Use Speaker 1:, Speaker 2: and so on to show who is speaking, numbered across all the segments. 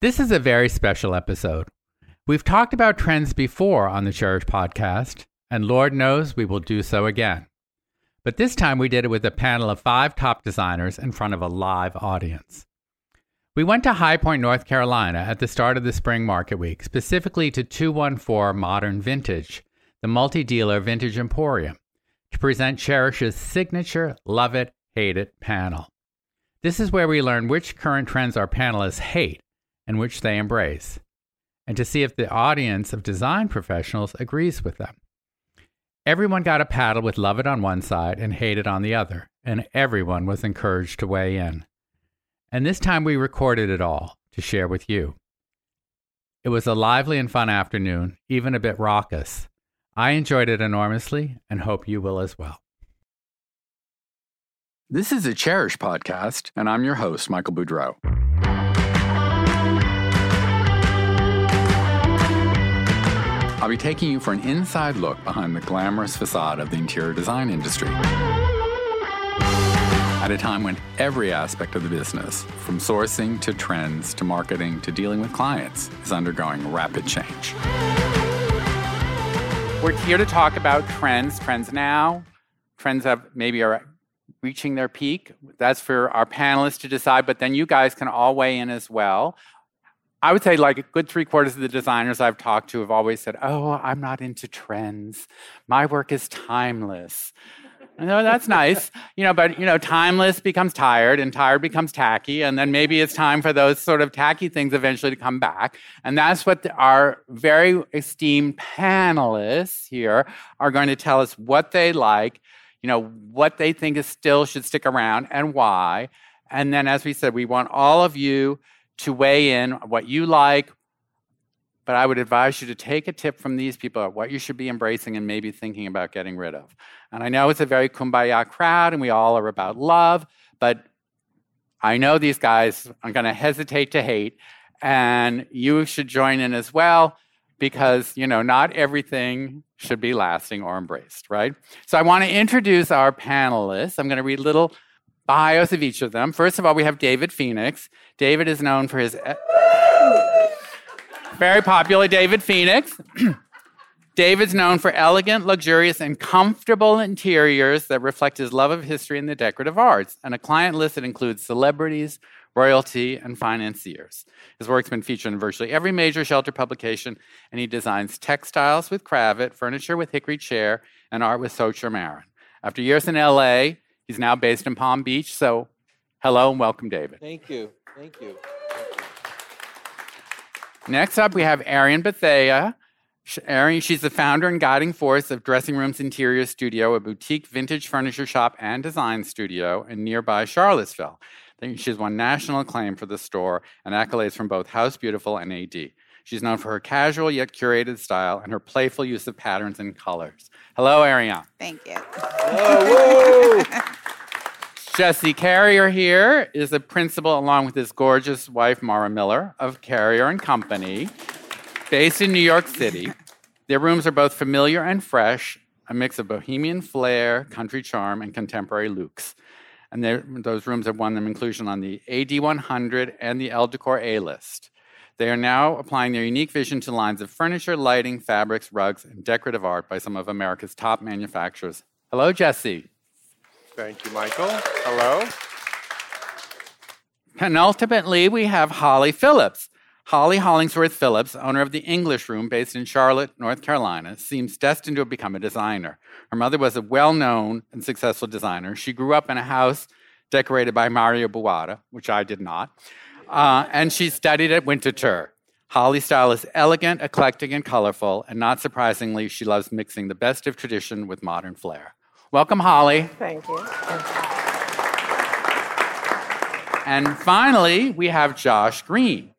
Speaker 1: This is a very special episode. We've talked about trends before on the Cherish podcast, and Lord knows we will do so again. But this time we did it with a panel of five top designers in front of a live audience. We went to High Point, North Carolina at the start of the spring market week, specifically to 214 Modern Vintage, the multi dealer vintage emporium, to present Cherish's signature Love It, Hate It panel. This is where we learn which current trends our panelists hate and which they embrace, and to see if the audience of design professionals agrees with them. Everyone got a paddle with love it on one side and hate it on the other, and everyone was encouraged to weigh in. And this time we recorded it all to share with you. It was a lively and fun afternoon, even a bit raucous. I enjoyed it enormously and hope you will as well.
Speaker 2: This is a Cherish podcast, and I'm your host, Michael Boudreau. I'll be taking you for an inside look behind the glamorous facade of the interior design industry. At a time when every aspect of the business, from sourcing to trends to marketing to dealing with clients, is undergoing rapid change.
Speaker 1: We're here to talk about trends, trends now, trends that maybe are reaching their peak. That's for our panelists to decide, but then you guys can all weigh in as well. I would say like a good three quarters of the designers I've talked to have always said, Oh, I'm not into trends. My work is timeless. No, that's nice. You know, but you know, timeless becomes tired and tired becomes tacky. And then maybe it's time for those sort of tacky things eventually to come back. And that's what the, our very esteemed panelists here are going to tell us what they like, you know, what they think is still should stick around and why. And then, as we said, we want all of you to weigh in what you like. But I would advise you to take a tip from these people about what you should be embracing and maybe thinking about getting rid of. And I know it's a very kumbaya crowd and we all are about love, but I know these guys are going to hesitate to hate. And you should join in as well because, you know, not everything should be lasting or embraced, right? So I want to introduce our panelists. I'm going to read little bios of each of them. First of all, we have David Phoenix. David is known for his very popular David Phoenix. David's known for elegant, luxurious, and comfortable interiors that reflect his love of history and the decorative arts, and a client list that includes celebrities, royalty, and financiers. His work's been featured in virtually every major shelter publication, and he designs textiles with Cravat, furniture with Hickory Chair, and art with Socher Marin. After years in LA, He's now based in Palm Beach. So, hello and welcome, David.
Speaker 3: Thank you. Thank you.
Speaker 1: Next up, we have Arian Bethea. Arian, she's the founder and guiding force of Dressing Rooms Interior Studio, a boutique vintage furniture shop and design studio in nearby Charlottesville. She's won national acclaim for the store and accolades from both House Beautiful and AD. She's known for her casual yet curated style and her playful use of patterns and colors. Hello, Ariane.
Speaker 4: Thank you.
Speaker 3: Whoa, whoa.
Speaker 1: Jesse Carrier here is the principal, along with his gorgeous wife Mara Miller of Carrier and Company, based in New York City. Their rooms are both familiar and fresh, a mix of bohemian flair, country charm, and contemporary looks. And those rooms have won them inclusion on the AD100 and the El Decor A list. They are now applying their unique vision to lines of furniture, lighting, fabrics, rugs, and decorative art by some of America's top manufacturers. Hello, Jesse.
Speaker 5: Thank you, Michael. Hello.
Speaker 1: Penultimately, we have Holly Phillips. Holly Hollingsworth Phillips, owner of the English Room based in Charlotte, North Carolina, seems destined to become a designer. Her mother was a well known and successful designer. She grew up in a house decorated by Mario Buada, which I did not. Uh, and she studied at Winterthur. Holly's style is elegant, eclectic, and colorful, and not surprisingly, she loves mixing the best of tradition with modern flair. Welcome, Holly.
Speaker 6: Thank you.
Speaker 1: And finally, we have Josh Green.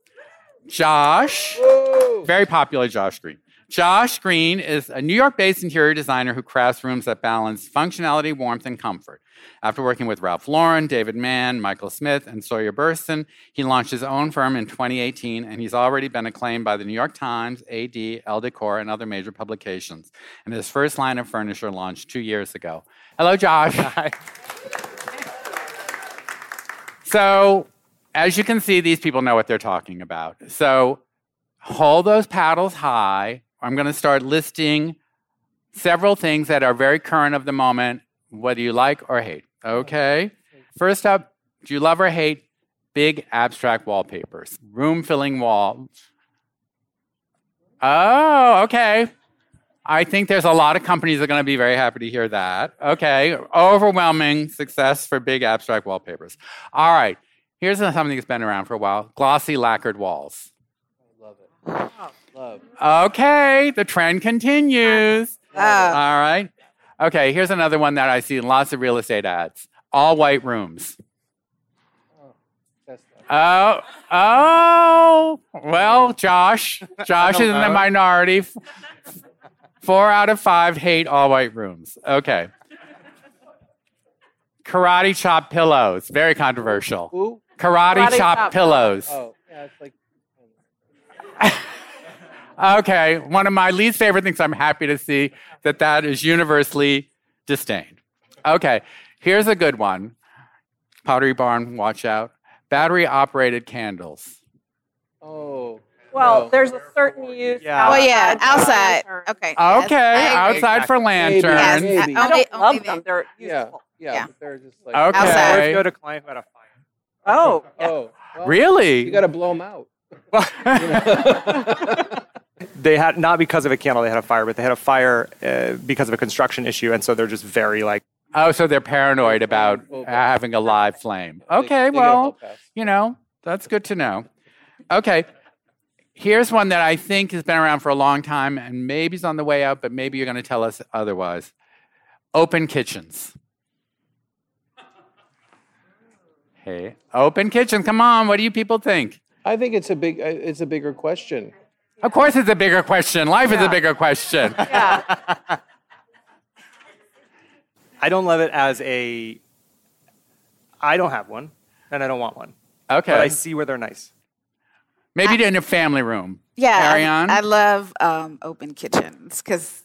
Speaker 1: Josh,
Speaker 3: Whoa.
Speaker 1: very popular Josh Green. Josh Green is a New York based interior designer who crafts rooms that balance functionality, warmth, and comfort. After working with Ralph Lauren, David Mann, Michael Smith, and Sawyer Burston, he launched his own firm in 2018, and he's already been acclaimed by the New York Times, AD, El Decor, and other major publications. And his first line of furniture launched two years ago. Hello, Josh.
Speaker 5: Hi.
Speaker 1: So, as you can see, these people know what they're talking about. So hold those paddles high. I'm going to start listing several things that are very current of the moment, whether you like or hate. Okay. First up, do you love or hate big abstract wallpapers? Room filling wall. Oh, okay. I think there's a lot of companies that are going to be very happy to hear that. Okay. Overwhelming success for big abstract wallpapers. All right. Here's something that's been around for a while glossy lacquered walls.
Speaker 3: Love it. Love.
Speaker 1: Okay, the trend continues. All
Speaker 4: Oh,
Speaker 1: right. Okay, here's another one that I see in lots of real estate ads. All white rooms.
Speaker 3: That's not-
Speaker 1: Oh, oh. Well, Josh, Josh is in the
Speaker 5: know.
Speaker 1: minority. F- Four out of five hate all white rooms. Okay. Karate chop pillows. Very controversial.
Speaker 3: Ooh.
Speaker 1: Karate,
Speaker 4: Karate
Speaker 1: chop,
Speaker 4: chop
Speaker 1: pillows.
Speaker 3: Oh, yeah, it's like.
Speaker 1: Okay, one of my least favorite things. I'm happy to see that that is universally disdained. Okay, here's a good one. Pottery Barn, watch out. Battery operated candles.
Speaker 3: Oh.
Speaker 6: Well,
Speaker 3: no.
Speaker 6: there's a certain use.
Speaker 5: Yeah.
Speaker 4: well, yeah, outside.
Speaker 6: for lantern.
Speaker 4: Oh, Okay. yes,
Speaker 1: Okay,
Speaker 4: I agree.
Speaker 1: outside for
Speaker 3: Maybe,
Speaker 1: lanterns.
Speaker 4: Yes,
Speaker 3: Maybe.
Speaker 6: I
Speaker 4: only,
Speaker 6: don't
Speaker 4: only
Speaker 6: love them.
Speaker 4: the-
Speaker 6: They're
Speaker 3: Yeah,
Speaker 6: useful.
Speaker 3: yeah,
Speaker 4: Yeah.
Speaker 3: But they're just like.
Speaker 1: Okay.
Speaker 4: Outside.
Speaker 5: Or if you go to a client who had a fire.
Speaker 6: Oh,
Speaker 7: Um,
Speaker 6: yeah.
Speaker 3: Oh. well,
Speaker 1: Really?
Speaker 3: You got to blow them out.
Speaker 7: They had not because of a candle. They had a fire, but they had a fire uh, because of a construction issue, and so they're just very like
Speaker 1: oh, so they're paranoid about
Speaker 3: Well,
Speaker 1: having a live flame.
Speaker 3: They-
Speaker 1: Okay,
Speaker 3: they get a hall
Speaker 1: well,
Speaker 3: pass.
Speaker 1: you know, that's good to know. Okay. Here's one that I think has been around for a long time and maybe is on the way out, but maybe you're going to tell us otherwise. Open kitchens. Hey, open kitchen. Come on. What do you people think?
Speaker 3: I think it's a big. uh, It's a bigger question.
Speaker 1: Of course, it's a bigger question. Life is a
Speaker 6: Yeah.
Speaker 1: bigger question.
Speaker 6: yeah.
Speaker 7: I don't love it as a. I don't have one, and I don't want one, but I
Speaker 1: Okay.
Speaker 7: see where they're nice.
Speaker 1: Maybe in a family room.
Speaker 4: yeah, I-
Speaker 1: Carry on.
Speaker 4: I love um, open kitchens because,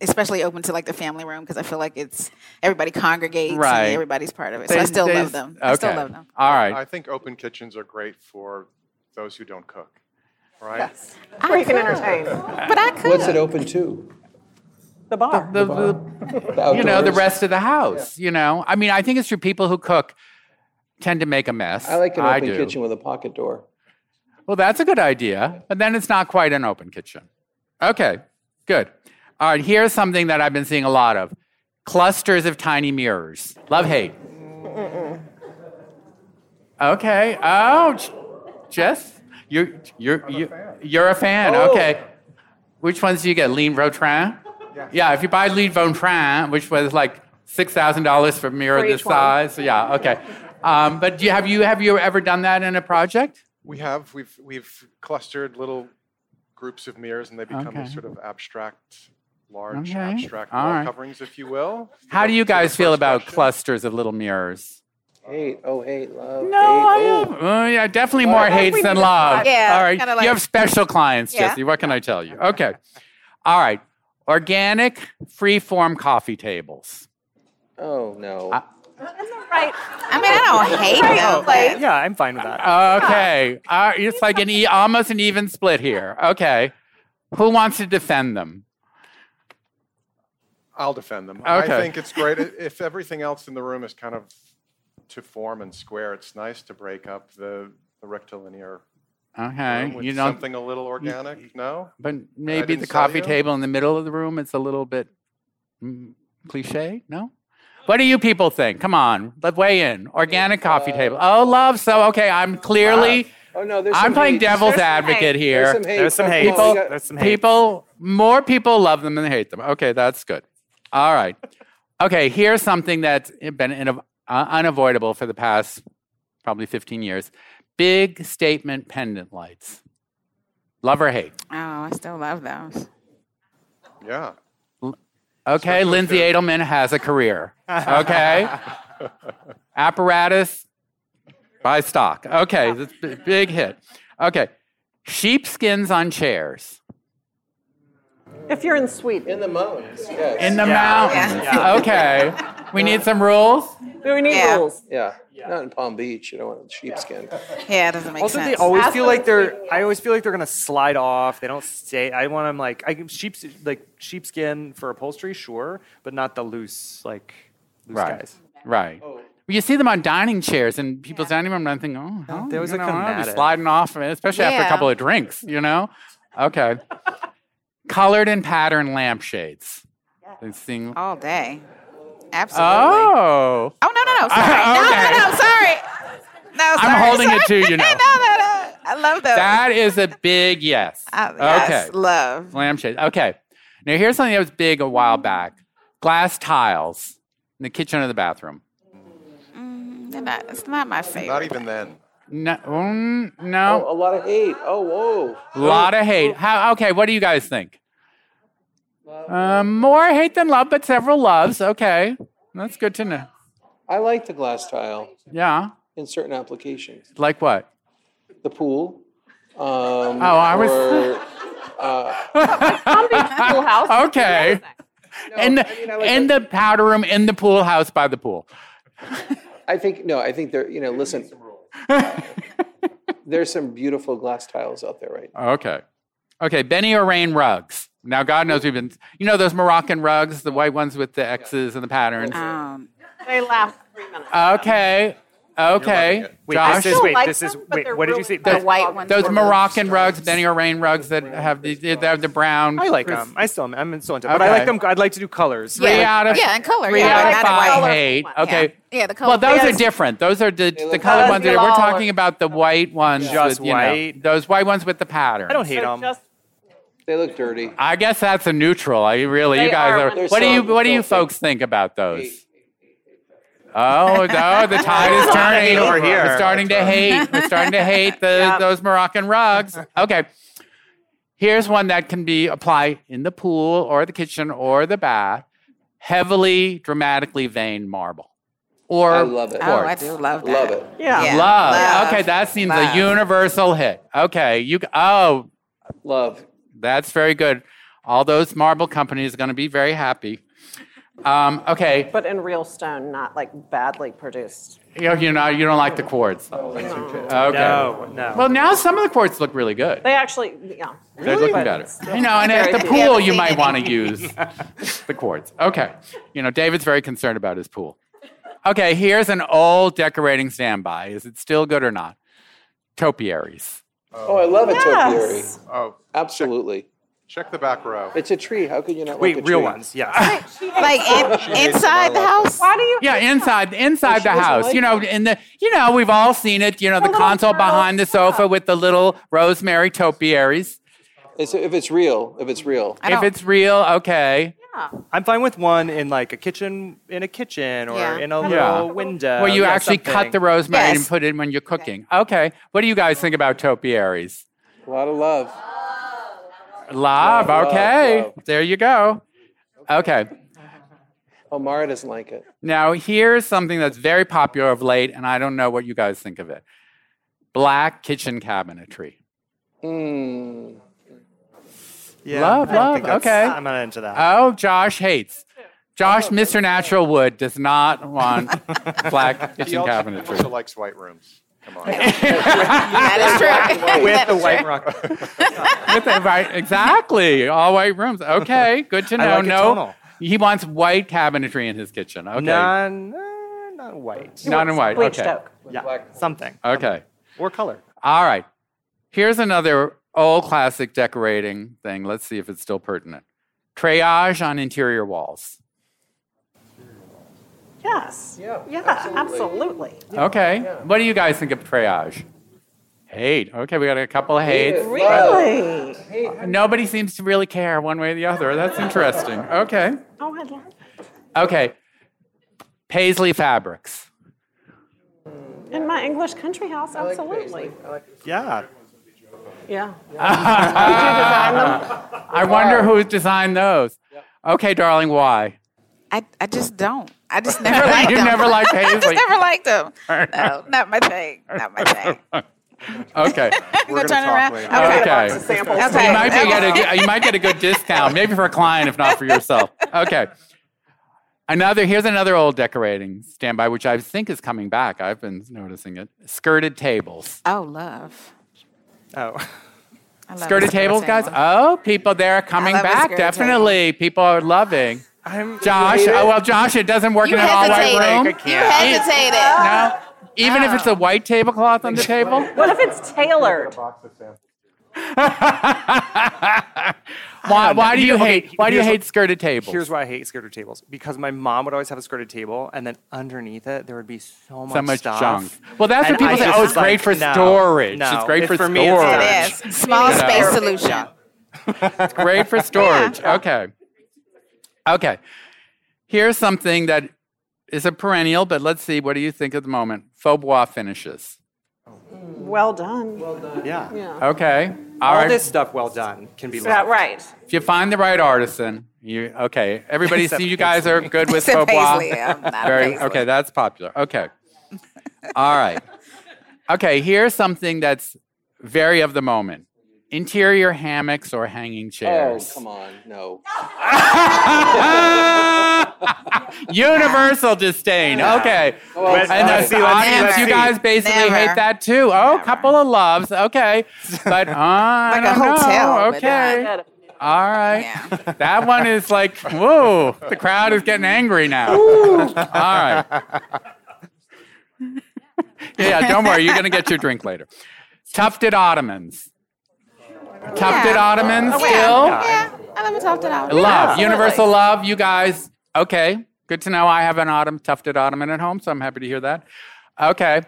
Speaker 4: especially open to like the family room because I feel like it's everybody congregates
Speaker 1: Right.
Speaker 4: and everybody's part of it. So I
Speaker 1: They-
Speaker 4: still
Speaker 1: they-
Speaker 4: love them. I still
Speaker 1: okay.
Speaker 4: love them.
Speaker 1: All right.
Speaker 5: I think open kitchens are great for those who don't cook, right?
Speaker 6: Where you can entertain.
Speaker 4: But I could.
Speaker 3: What's it open to?
Speaker 6: The bar.
Speaker 1: The- the- you know the rest of the house you know i mean i think it's true people who cook tend to make a mess
Speaker 3: I like an open
Speaker 1: do.
Speaker 3: kitchen with a pocket door.
Speaker 1: well that's a good idea but then it's not quite an open kitchen okay good all right here's something that i've been seeing a lot of clusters of tiny mirrors love hate okay oh J- jess you're you're you're, you're a fan
Speaker 6: Oh.
Speaker 1: okay which ones do you get lean vautrin yeah, if you buy Louis Vuitton, which was like six thousand dollars for a mirror
Speaker 6: For
Speaker 1: this
Speaker 6: each one.
Speaker 1: size, yeah, okay. Um, but do you, have you have you ever done that in a project?
Speaker 5: We have we've we've clustered little groups of mirrors, and they become
Speaker 1: Okay.
Speaker 5: these sort of abstract, large
Speaker 1: Okay.
Speaker 5: abstract
Speaker 1: All
Speaker 5: wall
Speaker 1: right.
Speaker 5: coverings, if you will.
Speaker 1: How do you
Speaker 5: To the
Speaker 1: guys feel
Speaker 5: first
Speaker 1: about
Speaker 5: question.
Speaker 1: clusters of little mirrors?
Speaker 3: Hate. Oh, hate. Love.
Speaker 1: No, I
Speaker 3: hate,
Speaker 1: don't. Oh, yeah, definitely more
Speaker 6: I think
Speaker 1: hates
Speaker 6: we
Speaker 1: than
Speaker 6: need to
Speaker 1: love.
Speaker 6: decide.
Speaker 4: Yeah,
Speaker 1: All right,
Speaker 4: kinda like-
Speaker 1: you have special clients,
Speaker 4: Yeah.
Speaker 1: Jesse. What can I tell you? Okay, all right. Organic free-form coffee tables.
Speaker 3: Oh, no.
Speaker 1: I-
Speaker 6: Right.
Speaker 4: I mean, I don't hate them.
Speaker 6: place.
Speaker 4: but-
Speaker 7: Oh, Yeah, I'm fine with that.
Speaker 4: Ah.
Speaker 1: Okay, uh, it's like an e- almost an even split here. Okay, who wants to defend them?
Speaker 5: I'll defend them.
Speaker 1: Okay.
Speaker 5: I think it's great I- if everything else in the room is kind of to form and square. It's nice to break up the, the rectilinear room
Speaker 1: Okay,
Speaker 5: with
Speaker 1: you don't
Speaker 5: something a little organic. No,
Speaker 1: But maybe the
Speaker 5: didn't sell
Speaker 1: coffee
Speaker 5: you?
Speaker 1: table in the middle of the room, it's a little bit mm, cliche, no? What do you people think? Come on, let weigh in. Organic coffee table. Oh, love. So, okay, I'm clearly,
Speaker 3: oh, no. There's
Speaker 1: I'm
Speaker 3: some
Speaker 1: playing
Speaker 3: hate.
Speaker 1: devil's
Speaker 6: There's some
Speaker 1: advocate
Speaker 6: hate.
Speaker 1: here.
Speaker 3: There's some hate.
Speaker 7: There's some
Speaker 3: Come
Speaker 7: hate.
Speaker 3: on, we got-
Speaker 7: There's some hate.
Speaker 1: People, more people love them than hate them. Okay, that's good. All right. Okay, here's something that's been in, uh, unavoidable for the past probably 15 years big statement pendant lights. Love or hate?
Speaker 4: Oh, I still love those.
Speaker 5: yeah.
Speaker 1: Okay, Lindsay Edelman has a career. Okay. Apparatus, buy stock. Okay, that's a big hit. Okay. Sheepskins on chairs.
Speaker 6: If you're in Sweden,
Speaker 3: In the mountains, yes.
Speaker 1: In the mountains.
Speaker 7: Yeah.
Speaker 1: Okay. We need some rules.
Speaker 6: we need
Speaker 4: Yeah.
Speaker 6: rules.
Speaker 3: yeah. Not in Palm Beach. You don't want sheepskin.
Speaker 4: Yeah, it doesn't make
Speaker 7: Also,
Speaker 4: sense.
Speaker 7: they always
Speaker 6: Ask
Speaker 7: feel
Speaker 6: them
Speaker 7: like
Speaker 6: if
Speaker 7: they're.
Speaker 6: they-
Speaker 7: I always feel like they're gonna slide off. They don't stay. I want them like I give sheep's like sheepskin for upholstery, sure, but not the loose like loose
Speaker 1: Right.
Speaker 7: guys.
Speaker 1: Right. Well, You see them on dining chairs in people's dining room, and I'm thinking, oh, hell,
Speaker 7: they always
Speaker 1: you
Speaker 7: look
Speaker 1: know,
Speaker 7: kinda
Speaker 1: I'll be
Speaker 7: mad at it.
Speaker 1: sliding off, of it, especially after a
Speaker 4: Yeah.
Speaker 1: couple of drinks, you know? Okay. Colored and patterned lampshades. They sing-
Speaker 4: all day. Absolutely. Oh,
Speaker 1: Oh.
Speaker 4: no, no, no. Sorry.
Speaker 1: okay.
Speaker 4: No, no, no. Sorry. No, sorry.
Speaker 1: holding it
Speaker 4: sorry.
Speaker 1: to you now.
Speaker 4: no, no, no. I love
Speaker 3: Oh.
Speaker 4: those.
Speaker 1: That is a big yes.
Speaker 4: Uh, yes,
Speaker 1: Oh, Okay.
Speaker 4: love.
Speaker 1: Lampshades. Okay. Now, here's something that was big a
Speaker 3: Mm.
Speaker 1: while back glass tiles in the kitchen or the bathroom.
Speaker 4: They're not- it's not my favorite.
Speaker 5: Not even then.
Speaker 1: No. mm, no.
Speaker 3: Oh, a lot of hate. Oh, whoa.
Speaker 1: A lot of hate. How? Okay, what do you guys think? Um, more hate than love, but several loves. Okay, that's good to know.
Speaker 3: I like the glass tile
Speaker 1: Yeah,
Speaker 3: in certain applications.
Speaker 1: like what?
Speaker 3: The pool. Um, oh,
Speaker 1: I was-
Speaker 3: Or, Oh,
Speaker 6: Full house.
Speaker 1: Okay, in the
Speaker 3: I mean, I like
Speaker 1: in the powder room, in the pool house, by the pool.
Speaker 3: I think no. I think there. You know, listen. there's some beautiful glass tiles out there right now.
Speaker 1: Okay, okay. Benny or Rain rugs. Now, God knows we've been. You know those Moroccan rugs, the white ones with the X's and the patterns.
Speaker 4: Um,
Speaker 6: They last three minutes.
Speaker 1: Okay, okay.
Speaker 5: it.
Speaker 7: Wait,
Speaker 1: Josh,
Speaker 7: Uh, this is
Speaker 6: I
Speaker 7: wait,
Speaker 6: like
Speaker 7: this is
Speaker 6: them, but
Speaker 7: wait.
Speaker 6: they're
Speaker 7: What did you
Speaker 6: really
Speaker 7: see?
Speaker 4: the
Speaker 6: Those-
Speaker 4: white ones.
Speaker 1: those
Speaker 4: were-
Speaker 1: Moroccan rugs, Benny or Rain rugs that have the they have the brown.
Speaker 7: I like them. I still am. I'm still into. It. But
Speaker 1: Okay.
Speaker 7: I like them. I'd like to do colors.
Speaker 1: Three
Speaker 4: Yeah.
Speaker 1: out of
Speaker 4: yeah, and color.
Speaker 1: Three
Speaker 4: yeah,
Speaker 1: out
Speaker 4: but
Speaker 1: of
Speaker 4: not
Speaker 1: five
Speaker 4: white.
Speaker 1: hate.
Speaker 4: Yeah.
Speaker 1: Okay.
Speaker 4: Yeah, the color.
Speaker 1: Well, those are
Speaker 6: Oh, Yes.
Speaker 1: different. Those are the, the colored
Speaker 3: look
Speaker 6: colors
Speaker 1: ones. That
Speaker 6: belong.
Speaker 1: we're talking about the white ones.
Speaker 7: Just
Speaker 1: with, you know,
Speaker 7: white.
Speaker 1: those white ones with the pattern.
Speaker 7: I don't hate
Speaker 6: So
Speaker 7: them.
Speaker 6: just
Speaker 3: They look dirty.
Speaker 1: I guess that's a neutral. I really, you
Speaker 6: They
Speaker 1: guys
Speaker 6: are
Speaker 1: are.
Speaker 6: wonderful.
Speaker 1: What do you What do you
Speaker 3: They're so
Speaker 1: folks think about those?
Speaker 3: Hate.
Speaker 1: Oh no, the tide is
Speaker 7: hate
Speaker 1: turning
Speaker 7: over
Speaker 1: We're
Speaker 7: here.
Speaker 1: starting to hate. We're starting to hate the, those Moroccan rugs. Okay, here's one that can be applied in the pool or the kitchen or the bath. Heavily, dramatically veined marble, or
Speaker 3: I love it.
Speaker 4: Oh, I do love that.
Speaker 3: Love it.
Speaker 6: yeah.
Speaker 4: Yeah.
Speaker 1: love.
Speaker 4: Love.
Speaker 1: Okay, that seems
Speaker 4: Love.
Speaker 1: a universal hit. Okay, you. Oh,
Speaker 3: Love.
Speaker 1: that's very good. All those marble companies are going to be very happy. Um, okay,
Speaker 6: But in real stone, not like badly produced.
Speaker 1: you you know you don't like the quartz. Okay.
Speaker 7: No, no.
Speaker 1: Well, now some of the quartz look really good.
Speaker 6: They actually, yeah.
Speaker 1: They're looking
Speaker 6: But
Speaker 1: better.
Speaker 6: still-
Speaker 1: You know, and at the
Speaker 4: We haven't
Speaker 1: pool you
Speaker 4: seen
Speaker 1: might
Speaker 4: any.
Speaker 1: want to use the quartz. Okay. You know, David's very concerned about his pool. Okay, here's an old decorating standby. Is it still good or not? Topiaries.
Speaker 3: Oh, I love a topiary.
Speaker 6: Yes.
Speaker 5: Oh,
Speaker 3: Absolutely.
Speaker 5: check the back row.
Speaker 3: It's a tree. How could you not like
Speaker 7: wait,
Speaker 3: a tree?
Speaker 7: real ones. Yeah.
Speaker 4: Like in, inside the house.
Speaker 6: Why do you?
Speaker 1: Yeah, inside inside the
Speaker 3: doesn't
Speaker 1: house.
Speaker 3: like
Speaker 1: you know, in the you know, we've all seen it, you know, the,
Speaker 6: little
Speaker 1: console
Speaker 6: girl.
Speaker 1: behind the sofa with the little rosemary topiaries.
Speaker 3: It's, if it's real, if it's real.
Speaker 4: I
Speaker 1: If
Speaker 4: don't-
Speaker 1: it's real, okay.
Speaker 7: I'm fine with one in like a kitchen, in a kitchen, or
Speaker 4: Yeah.
Speaker 7: in a
Speaker 1: Yeah.
Speaker 7: little window.
Speaker 1: Well, you
Speaker 7: Yeah,
Speaker 1: actually cut
Speaker 7: something.
Speaker 1: the rosemary and
Speaker 4: Yes.
Speaker 1: put it in when you're cooking. Okay. What do you guys think about topiaries?
Speaker 3: A lot of love.
Speaker 1: Love.
Speaker 3: Love,
Speaker 1: Okay.
Speaker 3: love.
Speaker 1: There you go. Okay.
Speaker 3: Oh, Mara doesn't like it.
Speaker 1: Now, here's something that's very popular of late, and I don't know what you guys think of it black kitchen cabinetry.
Speaker 3: Mm.
Speaker 7: Yeah,
Speaker 1: Love,
Speaker 7: I don't
Speaker 1: love,
Speaker 7: think that's-
Speaker 1: okay.
Speaker 7: I'm not into that.
Speaker 1: Oh, Josh hates. Josh,
Speaker 5: Oh,
Speaker 1: Mr. Natural Wood, does not want black
Speaker 5: He
Speaker 1: kitchen
Speaker 5: also, he also
Speaker 1: cabinetry.
Speaker 5: likes white rooms. Come on.
Speaker 4: that is true.
Speaker 7: with the white rock.
Speaker 1: With the- right, exactly. All white rooms. Okay. Good to
Speaker 7: I
Speaker 1: know.
Speaker 7: like it
Speaker 1: no.
Speaker 7: tonal.
Speaker 1: He wants white cabinetry in his kitchen. Okay.
Speaker 7: Non, uh, not white.
Speaker 1: Not in white.
Speaker 6: Bleached
Speaker 1: okay.
Speaker 6: oak.
Speaker 7: Yeah, something
Speaker 1: Okay.
Speaker 7: or color.
Speaker 1: All right. Here's another old classic decorating thing. Let's see if it's still pertinent. Trayage on interior walls.
Speaker 6: Yes.
Speaker 3: Yeah,
Speaker 6: Yeah.
Speaker 3: absolutely.
Speaker 6: Absolutely.
Speaker 1: Okay. What do you guys think of trayage? Hate. Okay, we got a couple of hates.
Speaker 3: Hate it.
Speaker 6: Really?
Speaker 1: Nobody seems to really care one way or the other. That's interesting. Okay.
Speaker 6: Oh, I love.
Speaker 1: Okay. Paisley fabrics.
Speaker 6: It. In my English country house, absolutely.
Speaker 7: Yeah,
Speaker 6: yeah.
Speaker 1: I wonder who designed those. Okay, darling, why?
Speaker 4: I, I just don't. I just never liked
Speaker 1: You
Speaker 4: them.
Speaker 1: never liked
Speaker 4: I just
Speaker 1: Paisley.
Speaker 4: never liked them. No, not my thing. Not my thing.
Speaker 1: Okay.
Speaker 5: We're
Speaker 4: turn
Speaker 5: gonna
Speaker 4: around.
Speaker 5: talk later.
Speaker 1: Okay.
Speaker 6: Lots of samples.
Speaker 4: Okay.
Speaker 1: You might, be get a, you might get a good discount, maybe for a client, if not for yourself. Okay. Another here's another old decorating standby, which I think is coming back. I've been noticing it. Skirted tables.
Speaker 4: Oh, love.
Speaker 7: Oh.
Speaker 4: I love
Speaker 1: Skirted
Speaker 4: this
Speaker 1: tables,
Speaker 4: kind
Speaker 1: guys.
Speaker 4: of table.
Speaker 1: Oh, people there are coming
Speaker 4: love a
Speaker 1: back.
Speaker 4: skirted
Speaker 1: Definitely, people are loving.
Speaker 7: I'm
Speaker 1: Josh,
Speaker 3: hate it?
Speaker 1: oh well, Josh, it doesn't work
Speaker 4: You
Speaker 1: in an all-white room.
Speaker 4: hesitated. You hesitated.
Speaker 1: No, even if it's a white tablecloth on the table.
Speaker 6: What if it's tailored?
Speaker 5: Box of samples.
Speaker 1: Why, why do
Speaker 7: You
Speaker 1: you
Speaker 7: know, okay,
Speaker 1: hate? Why do you
Speaker 7: here's
Speaker 1: hate
Speaker 7: what-
Speaker 1: skirted tables?
Speaker 7: Here's why I hate skirted tables because my mom would always have a skirted table, and then underneath it there would be so much
Speaker 1: so much
Speaker 7: stuff.
Speaker 1: junk. Well, that's
Speaker 7: And
Speaker 1: what people
Speaker 7: I
Speaker 1: say.
Speaker 7: just
Speaker 1: Oh, it's
Speaker 7: like,
Speaker 1: great for
Speaker 7: no,
Speaker 1: storage.
Speaker 7: no.
Speaker 1: It's great
Speaker 7: It-
Speaker 1: for,
Speaker 7: for me, it's
Speaker 1: storage.
Speaker 7: not.
Speaker 4: Yes. Small space solution.
Speaker 1: It's great for storage. Okay. Okay. Here's something that is a perennial, but let's see. What do you think at the moment? Faux bois finishes.
Speaker 6: Well done. Well done.
Speaker 7: Yeah.
Speaker 1: Okay. All
Speaker 7: All
Speaker 1: right.
Speaker 7: this stuff well done can be
Speaker 6: Yeah,
Speaker 7: loved.
Speaker 6: right.
Speaker 1: if you find the right artisan, you okay. Everybody
Speaker 7: Except
Speaker 1: see you guys are good with
Speaker 4: Except
Speaker 1: faux bois.
Speaker 4: Paisley. I'm not a
Speaker 1: Very
Speaker 4: Paisley.
Speaker 1: okay. That's popular. Okay. All right. Okay. Here's something that's very of the moment: interior hammocks or hanging
Speaker 3: Oh,
Speaker 1: chairs.
Speaker 3: come on. No.
Speaker 1: Universal disdain. Okay. and
Speaker 7: let's
Speaker 1: the
Speaker 7: see, let's see,
Speaker 1: audience,
Speaker 4: let's
Speaker 1: you
Speaker 4: see.
Speaker 1: guys basically
Speaker 4: Never.
Speaker 1: hate that too. Oh, couple of loves. Okay. But uh, I
Speaker 4: Like a
Speaker 1: don't know.
Speaker 4: hotel, but uh,
Speaker 1: Okay.
Speaker 6: not-
Speaker 1: All right.
Speaker 4: Yeah.
Speaker 1: That one is like, whoa, the crowd is getting angry now. All right. yeah, don't worry. You're going to get your drink later. Tufted Ottomans. Tufted
Speaker 4: Yeah.
Speaker 1: Ottomans
Speaker 4: Oh,
Speaker 1: still?
Speaker 4: yeah. Yeah. I love it topped it out.
Speaker 1: Love,
Speaker 4: Yeah,
Speaker 1: universal
Speaker 4: absolutely.
Speaker 1: love. You guys, okay. Good to know I have an autumn, tufted ottoman at home, so I'm happy to hear that. Okay.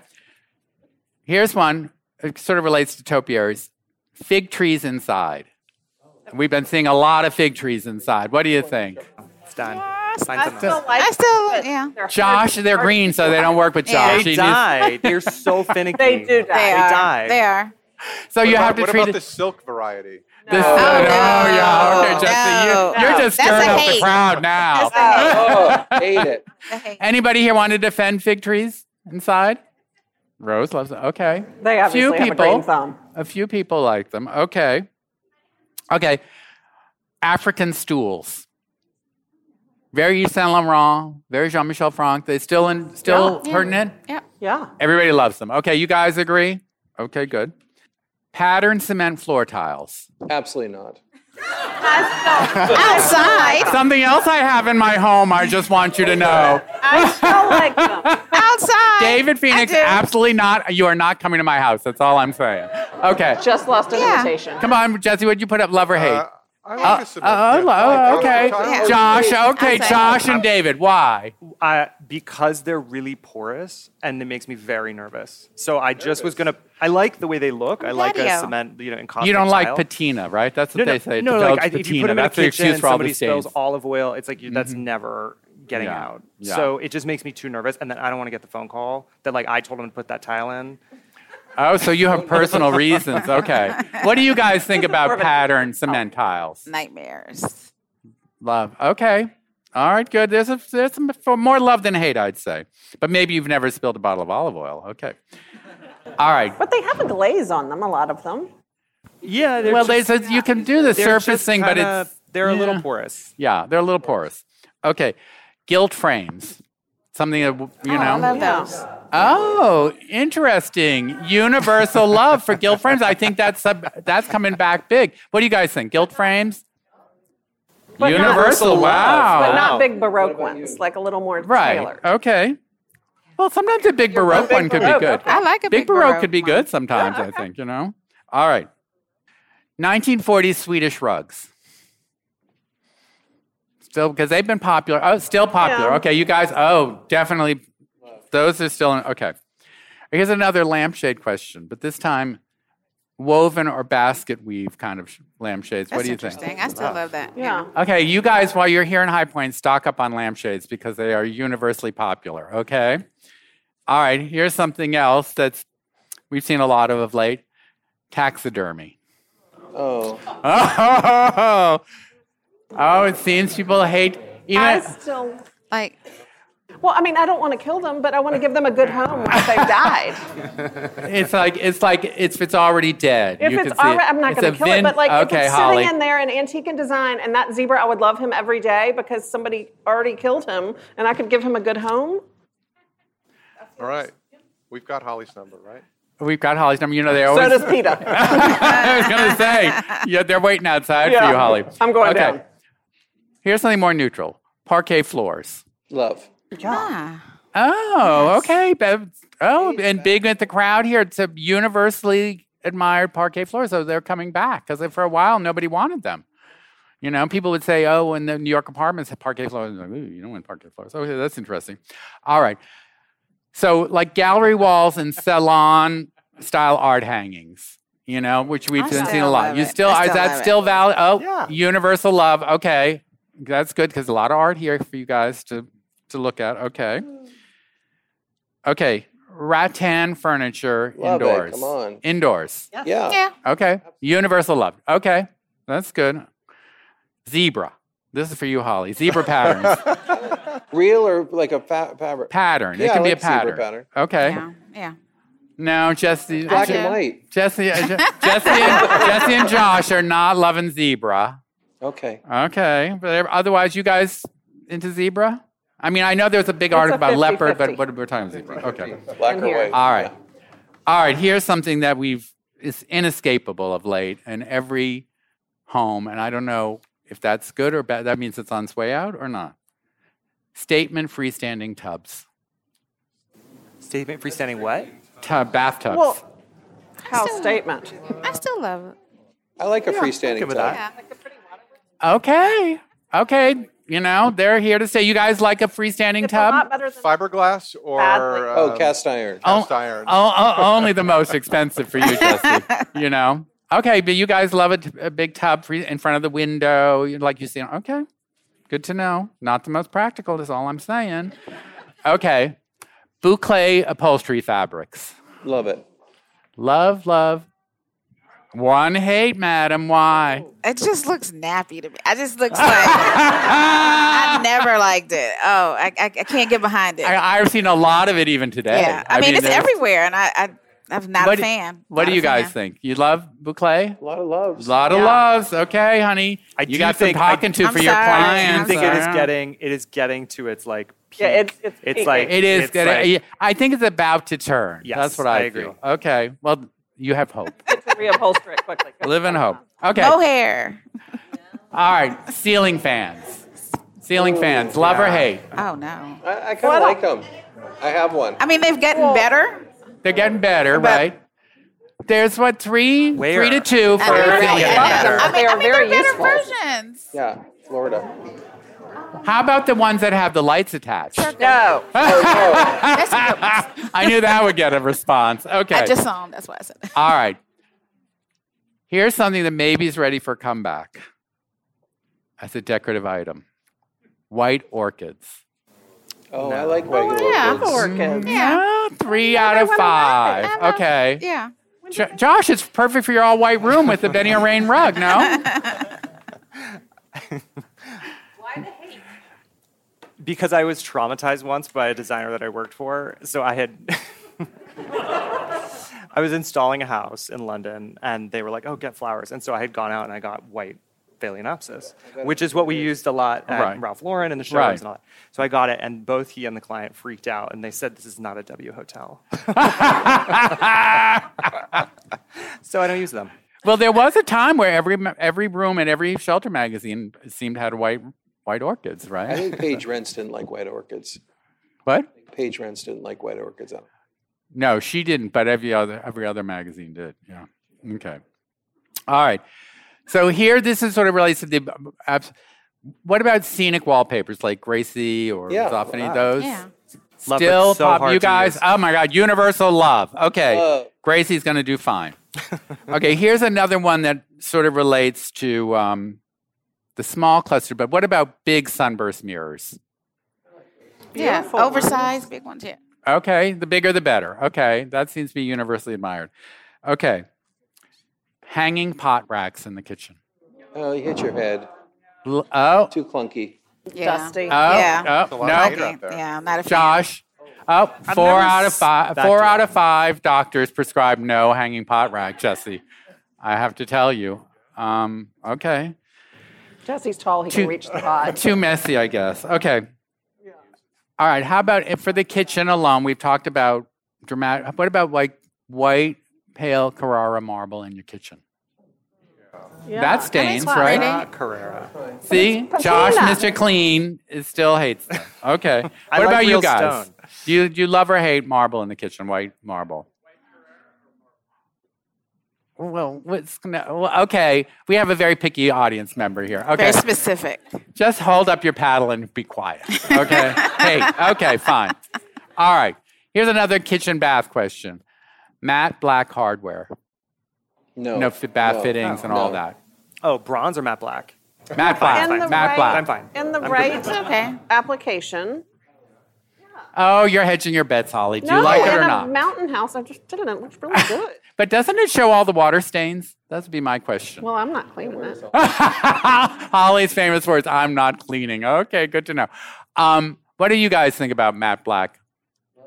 Speaker 1: Here's one. It sort of relates to topiaries. Fig trees inside. We've been seeing a lot of fig trees inside. What do you think?
Speaker 7: It's done. Find
Speaker 6: I
Speaker 7: something
Speaker 6: still
Speaker 7: else.
Speaker 6: like
Speaker 4: I still, yeah.
Speaker 6: they're hard-
Speaker 1: Josh, they're
Speaker 6: hard-
Speaker 1: green, so they don't work with
Speaker 4: Yeah.
Speaker 1: Josh.
Speaker 7: They
Speaker 1: He needs-
Speaker 7: die. They're so finicky.
Speaker 6: They do
Speaker 4: They,
Speaker 6: that.
Speaker 4: are.
Speaker 7: die.
Speaker 4: They are.
Speaker 1: so Oh, you
Speaker 5: What
Speaker 1: have
Speaker 5: about-
Speaker 1: to
Speaker 5: what
Speaker 1: treat
Speaker 5: about
Speaker 1: it.
Speaker 5: the silk variety?
Speaker 1: this- oh,
Speaker 6: No. Oh,
Speaker 1: yeah. Okay,
Speaker 4: no.
Speaker 1: Justin,
Speaker 4: No.
Speaker 1: you, are just
Speaker 4: That's a
Speaker 1: stirring up the
Speaker 4: hate.
Speaker 1: crowd now.
Speaker 3: Oh, hate it.
Speaker 4: Okay.
Speaker 1: Anybody here want to defend fig trees inside? Rose loves it. Okay.
Speaker 6: They obviously
Speaker 1: Few
Speaker 6: have a
Speaker 1: people.
Speaker 6: green thumb.
Speaker 1: A few people like them. Okay. Okay. African stools. Very Yves Saint Laurent, very Jean Michel Franck. They still in, still
Speaker 4: Yeah.
Speaker 1: pertinent.
Speaker 4: Yeah.
Speaker 6: Yeah.
Speaker 1: Everybody loves them. Okay, you guys agree? Okay, good. Pattern cement floor tiles.
Speaker 3: Absolutely not.
Speaker 4: Outside.
Speaker 1: Something else I have in my home. I just want you to know.
Speaker 6: I still like them.
Speaker 4: Outside.
Speaker 1: David Phoenix,
Speaker 4: do.
Speaker 1: absolutely not. You are not coming to my house. That's all I'm saying. Okay.
Speaker 6: Just lost an
Speaker 4: Yeah.
Speaker 6: invitation.
Speaker 1: Come on, Jesse, would you put up love or hate?
Speaker 5: Uh, I like a cement.
Speaker 1: Oh,
Speaker 5: yeah.
Speaker 1: lo-
Speaker 5: I
Speaker 1: oh,
Speaker 5: like
Speaker 1: okay.
Speaker 5: cement.
Speaker 4: Yeah.
Speaker 1: Josh, okay,
Speaker 4: Outside.
Speaker 1: Josh and David, why?
Speaker 7: Uh, because they're really porous and it makes me very nervous. So I just was gonna. I like the way they look. I like a
Speaker 4: Patio.
Speaker 7: cement, you know, in
Speaker 1: You don't like
Speaker 7: patina.
Speaker 1: patina, right? That's what
Speaker 7: No, no,
Speaker 1: they say.
Speaker 7: no,
Speaker 1: develops
Speaker 7: like I, if you put
Speaker 1: patina.
Speaker 7: them in a
Speaker 1: That's the
Speaker 7: kitchen,
Speaker 1: excuse for all
Speaker 7: somebody
Speaker 1: the stains.
Speaker 7: spills olive oil. It's like you, that's never getting
Speaker 1: Yeah,
Speaker 7: out.
Speaker 1: yeah.
Speaker 7: So it just makes me too nervous, and then I don't want to get the phone call that like I told them to put that tile in.
Speaker 1: oh, so you have personal reasons. Okay. What do you guys think about pattern
Speaker 7: Oh.
Speaker 1: cement tiles?
Speaker 4: Nightmares.
Speaker 1: Love. Okay. All right, good. There's, a, there's some, for more love than hate, I'd say. But maybe you've never spilled a bottle of olive oil. Okay. All right.
Speaker 6: But they have a glaze on them, a lot of them.
Speaker 7: Yeah.
Speaker 1: Well, they said you can do the
Speaker 7: they're just
Speaker 1: surfacing, but
Speaker 7: kinda-
Speaker 1: it's
Speaker 7: they're a
Speaker 1: yeah.
Speaker 7: little porous.
Speaker 1: Yeah, they're a little porous. Okay, gilt frames. Something that w- you
Speaker 4: Oh, I
Speaker 1: know.
Speaker 4: love those.
Speaker 1: Oh, interesting. Universal love for gilt frames. I think that's sub- that's coming back big. What do you guys think? Gilt frames.
Speaker 6: But not-
Speaker 1: Universal. wow.
Speaker 6: But
Speaker 7: Wow.
Speaker 6: not big Baroque ones, like a little more
Speaker 1: right.
Speaker 6: tailored.
Speaker 1: Okay. Well, sometimes a big baroque one could be good.
Speaker 4: I like a
Speaker 1: Big, baroque, could be
Speaker 4: one.
Speaker 1: good sometimes. I think you know. All right. 1940s Swedish rugs. Still, because they've been popular. Oh, still popular.
Speaker 6: Yeah.
Speaker 1: Okay, you guys. Oh, definitely. Those are still in, okay. Here's another lampshade question, but this time, woven or basket weave kind of sh- lampshades.
Speaker 4: That's
Speaker 1: what do you
Speaker 4: interesting.
Speaker 1: think?
Speaker 4: I still love that.
Speaker 6: Yeah.
Speaker 1: Okay, you guys, while you're here in High Point, stock up on lampshades because they are universally popular. Okay. All right, here's something else that's we've seen a lot of of late taxidermy.
Speaker 3: Oh.
Speaker 1: Oh, oh it seems people hate even.
Speaker 6: I still.
Speaker 4: Like,
Speaker 6: Well, I mean, I don't want to kill them, but I want to give them a good home once they've died.
Speaker 1: It's like it's like it's if it's already dead.
Speaker 6: If
Speaker 1: you
Speaker 6: it's
Speaker 1: can see
Speaker 6: already,
Speaker 1: it.
Speaker 6: I'm not
Speaker 1: It's
Speaker 6: going
Speaker 1: a
Speaker 6: to kill
Speaker 1: vin-
Speaker 6: it, but like
Speaker 1: okay,
Speaker 6: if it's
Speaker 1: Holly.
Speaker 6: sitting in there in antique and design, and that zebra, I would love him every day because somebody already killed him, and I could give him a good home.
Speaker 5: All right. We've got Holly's number, right?
Speaker 1: We've got Holly's number. You know they always.
Speaker 6: So does Peter.
Speaker 1: I was going to say, yeah, they're waiting outside for
Speaker 6: Yeah.
Speaker 1: you, Holly.
Speaker 6: I'm going
Speaker 1: okay.
Speaker 6: down.
Speaker 1: Here's something more neutral: parquet floors.
Speaker 3: Love.
Speaker 4: Ah,
Speaker 1: Oh, okay. Bev- Oh, and big at the crowd here. It's a universally admired parquet floor, so they're coming back because for a while nobody wanted them. You know, people would say, "Oh, in the New York apartments have parquet floors." Like, Ooh, you don't want parquet floors. Okay, that's interesting. All right. So, like gallery walls and salon style art hangings. You know, which we've
Speaker 4: I
Speaker 1: been
Speaker 4: still
Speaker 1: seeing a lot.
Speaker 4: love
Speaker 1: You
Speaker 4: it.
Speaker 1: still,
Speaker 4: I
Speaker 1: is
Speaker 4: still
Speaker 1: that
Speaker 4: love it.
Speaker 1: still valid? Oh,
Speaker 5: Yeah.
Speaker 1: universal love. Okay, that's good because a lot of art here for you guys to to look at. Okay. Okay. Rattan furniture
Speaker 3: Love it,
Speaker 1: indoors.
Speaker 3: come on.
Speaker 1: Indoors.
Speaker 3: Yeah.
Speaker 4: yeah.
Speaker 1: Okay. Universal love. Okay. That's good. Zebra. This is for you, Holly. Zebra patterns.
Speaker 3: Real or like a fa- fabric?
Speaker 1: pattern.
Speaker 3: Yeah,
Speaker 1: it
Speaker 3: I
Speaker 1: can be a
Speaker 3: like zebra
Speaker 1: pattern.
Speaker 3: pattern.
Speaker 1: Okay.
Speaker 4: Yeah. Yeah.
Speaker 1: No, Jesse.
Speaker 3: Black
Speaker 1: Je-
Speaker 3: and
Speaker 4: do.
Speaker 3: white.
Speaker 1: Jesse, uh, Je- Jesse, and, Jesse and Josh are not loving zebra.
Speaker 3: Okay.
Speaker 1: Okay. But ev- otherwise, you guys into zebra? I mean, I know there's a big article about leopard, but
Speaker 6: 50-50.
Speaker 1: what we're talking about zebra. Okay.
Speaker 3: Black or
Speaker 6: here.
Speaker 3: white.
Speaker 1: All right. All right. Here's something that we've is inescapable of late in every home, and I don't know if that's good or bad. That means it's on its way out or not. Statement freestanding tubs,
Speaker 7: Statement freestanding what?
Speaker 1: tub bathtubs.
Speaker 6: Well, house
Speaker 4: Still-
Speaker 6: statement.
Speaker 4: I still love it.
Speaker 3: I like a
Speaker 7: give
Speaker 3: freestanding
Speaker 7: it
Speaker 3: top.
Speaker 7: that.
Speaker 1: okay, okay. You know they're here to stay. You guys like a freestanding
Speaker 6: It's a lot
Speaker 1: tub?
Speaker 6: better than
Speaker 5: Fiberglass or
Speaker 6: Badly.
Speaker 3: Oh,
Speaker 5: um,
Speaker 3: cast iron.
Speaker 1: Oh,
Speaker 5: cast iron.
Speaker 1: Oh, oh, only the most expensive for you, Jesse. You know. Okay, but you guys love a, t- a big tub free in front of the window, you- like you see. Okay, good to know. Not the most practical. That's all I'm saying. Okay, boucle upholstery fabrics.
Speaker 3: Love it.
Speaker 1: Love, love. One hate, madam. Why?
Speaker 4: It just looks nappy to me. I just looks like I never liked it. Oh, I, I, I can't get behind it.
Speaker 1: I, I've seen a lot of it even today.
Speaker 4: yeah, I, mean, it's
Speaker 1: there's-
Speaker 4: everywhere, and I, I I'm not
Speaker 1: What,
Speaker 4: a fan.
Speaker 1: what do
Speaker 4: Not a
Speaker 1: you guys
Speaker 4: fan.
Speaker 1: think? You love boucle?
Speaker 3: A lot of loves.
Speaker 1: lot of
Speaker 4: Yeah.
Speaker 1: loves. Okay, honey.
Speaker 7: I
Speaker 1: you
Speaker 7: do
Speaker 1: got some
Speaker 7: think I-
Speaker 1: talking to
Speaker 4: I'm
Speaker 1: for your
Speaker 4: sorry.
Speaker 1: clients.
Speaker 7: I
Speaker 4: I'm
Speaker 7: think it is
Speaker 1: Yeah.
Speaker 7: getting it is getting to its like peak.
Speaker 6: Yeah, it's- it's peaking.
Speaker 7: like
Speaker 1: It is.
Speaker 7: it's
Speaker 1: getting-
Speaker 7: like-
Speaker 1: yeah, I think it's about to turn.
Speaker 7: Yes,
Speaker 1: That's what I,
Speaker 7: I agree.
Speaker 1: feel. Okay. Well, you have hope.
Speaker 6: to reupholster it quickly.
Speaker 1: Live in hope. Okay.
Speaker 4: Mohair.
Speaker 1: All right. Ceiling fans. Ceiling fans. Love or hate.
Speaker 4: Oh no.
Speaker 3: I, I kind
Speaker 6: Well,
Speaker 3: of
Speaker 6: I
Speaker 3: like them. I have one.
Speaker 4: I mean, they've gotten better.
Speaker 1: They're getting better,
Speaker 4: But-
Speaker 1: right? There's what three,
Speaker 7: Where?
Speaker 1: three to two for.
Speaker 4: I mean,
Speaker 1: ceiling
Speaker 4: I-
Speaker 1: fans.
Speaker 6: better.
Speaker 4: I mean,
Speaker 6: They
Speaker 4: I
Speaker 6: are
Speaker 4: mean,
Speaker 6: very
Speaker 4: they're
Speaker 6: useful.
Speaker 4: better versions.
Speaker 3: Yeah, Florida.
Speaker 1: How about the ones that have the lights attached?
Speaker 6: No.
Speaker 4: That's a good one.
Speaker 1: I knew that would get a response. Okay.
Speaker 4: I just saw them. That's why I said. it.
Speaker 1: All right. Here's something that maybe is ready for comeback as a decorative item white orchids.
Speaker 3: Oh, I like white
Speaker 4: yeah.
Speaker 3: orchids. Mm.
Speaker 6: Orchids.
Speaker 4: Yeah.
Speaker 1: Ah, three out of five.
Speaker 4: I know.
Speaker 1: Okay.
Speaker 4: Yeah.
Speaker 1: Jo- Josh, it's perfect for your all white room with the Benny and Rain rug, no?
Speaker 7: because I was traumatized once by a designer that I worked for. So I had. I was installing a house in London and they were like, oh, get flowers. And so I had gone out and I got white Phalaenopsis, which is what we used a lot at
Speaker 1: Right.
Speaker 7: Ralph Lauren and the showrooms
Speaker 1: Right.
Speaker 7: and all that. So I got it, and both he and the client freaked out and they said, this is not a W hotel. so I don't use them.
Speaker 1: Well, there was a time where every every room and every shelter magazine seemed to have white white orchids,
Speaker 3: I
Speaker 1: right?
Speaker 3: think Paige Rents didn't like white orchids.
Speaker 1: What?
Speaker 3: Paige Rents didn't like white orchids. I don't-
Speaker 1: No, she didn't, but every other every other magazine did. Yeah. Okay. All right. So here, this is sort of relates to the. abs- What about scenic wallpapers like Gracie or
Speaker 3: Yeah,
Speaker 1: Zoffany?
Speaker 3: wow.
Speaker 1: Those
Speaker 4: Yeah.
Speaker 7: Love, but
Speaker 1: still
Speaker 7: so
Speaker 1: pop.
Speaker 7: hard
Speaker 1: You
Speaker 7: to
Speaker 1: guys,
Speaker 7: use.
Speaker 1: oh my God, universal love. Okay,
Speaker 3: Uh,
Speaker 1: Gracie's going to do fine. okay, here's another one that sort of relates to um, the small cluster. But what about big sunburst mirrors?
Speaker 4: Yeah.
Speaker 6: Beautiful ones.
Speaker 4: Oversized big ones. Yeah.
Speaker 1: Okay, the bigger the better. Okay, that seems to be universally admired. Okay, hanging pot racks in the kitchen.
Speaker 3: oh, you hit your head.
Speaker 1: L- oh,
Speaker 3: Too clunky.
Speaker 4: Yeah.
Speaker 6: Dusty.
Speaker 1: Oh,
Speaker 4: Yeah.
Speaker 1: oh,
Speaker 5: lot
Speaker 1: no.
Speaker 5: of
Speaker 4: Okay,
Speaker 5: hate out there.
Speaker 4: Yeah, I'm not a fan.
Speaker 1: Josh. Oh,
Speaker 7: I've
Speaker 1: four
Speaker 7: never
Speaker 1: out of five.
Speaker 7: suspected
Speaker 1: Four out
Speaker 7: that.
Speaker 1: of five doctors prescribe no hanging pot rack, Jesse. I have to tell you. Um, okay,
Speaker 6: Jesse's tall. He
Speaker 1: Two-
Speaker 6: can reach the pot.
Speaker 1: too messy, I guess. Okay. All right. How about if for the kitchen alone? We've talked about dramatic. What about like white pale Carrara marble in your kitchen?
Speaker 6: Yeah.
Speaker 1: That stains,
Speaker 4: fun,
Speaker 1: right?
Speaker 4: really.
Speaker 7: Not Carrera.
Speaker 1: See, Josh,
Speaker 6: patina.
Speaker 1: Mr. Clean, is still hates them. Okay. What
Speaker 7: I like
Speaker 1: about you
Speaker 7: real
Speaker 1: guys?
Speaker 7: stone.
Speaker 1: Do you, do you love or hate marble in the kitchen, white marble? Well, what's no, well, okay. We have a very picky audience member here. Okay,
Speaker 4: Very specific.
Speaker 1: just hold up your paddle and be quiet. Okay, hey, okay, fine. All right. Here's another kitchen bath question. Matte black hardware,
Speaker 3: No.
Speaker 1: no fit bath
Speaker 3: no,
Speaker 1: fittings and all
Speaker 3: no.
Speaker 1: that.
Speaker 7: Oh, bronze or matte black?
Speaker 1: Matte black,
Speaker 6: And the
Speaker 1: matte
Speaker 6: right-
Speaker 1: black.
Speaker 7: I'm fine.
Speaker 6: In the right
Speaker 4: Okay.
Speaker 6: application.
Speaker 1: Oh, you're hedging your bets, Holly. Do
Speaker 6: no,
Speaker 1: you like it
Speaker 6: in
Speaker 1: or
Speaker 6: a
Speaker 1: not?
Speaker 6: mountain house. I just did it. It looks really good.
Speaker 1: But doesn't it show all the water stains? That would be my question.
Speaker 6: well, I'm not cleaning it.
Speaker 1: Holly's famous words I'm not cleaning. Okay, good to know. Um, what do you guys think about Matt Black?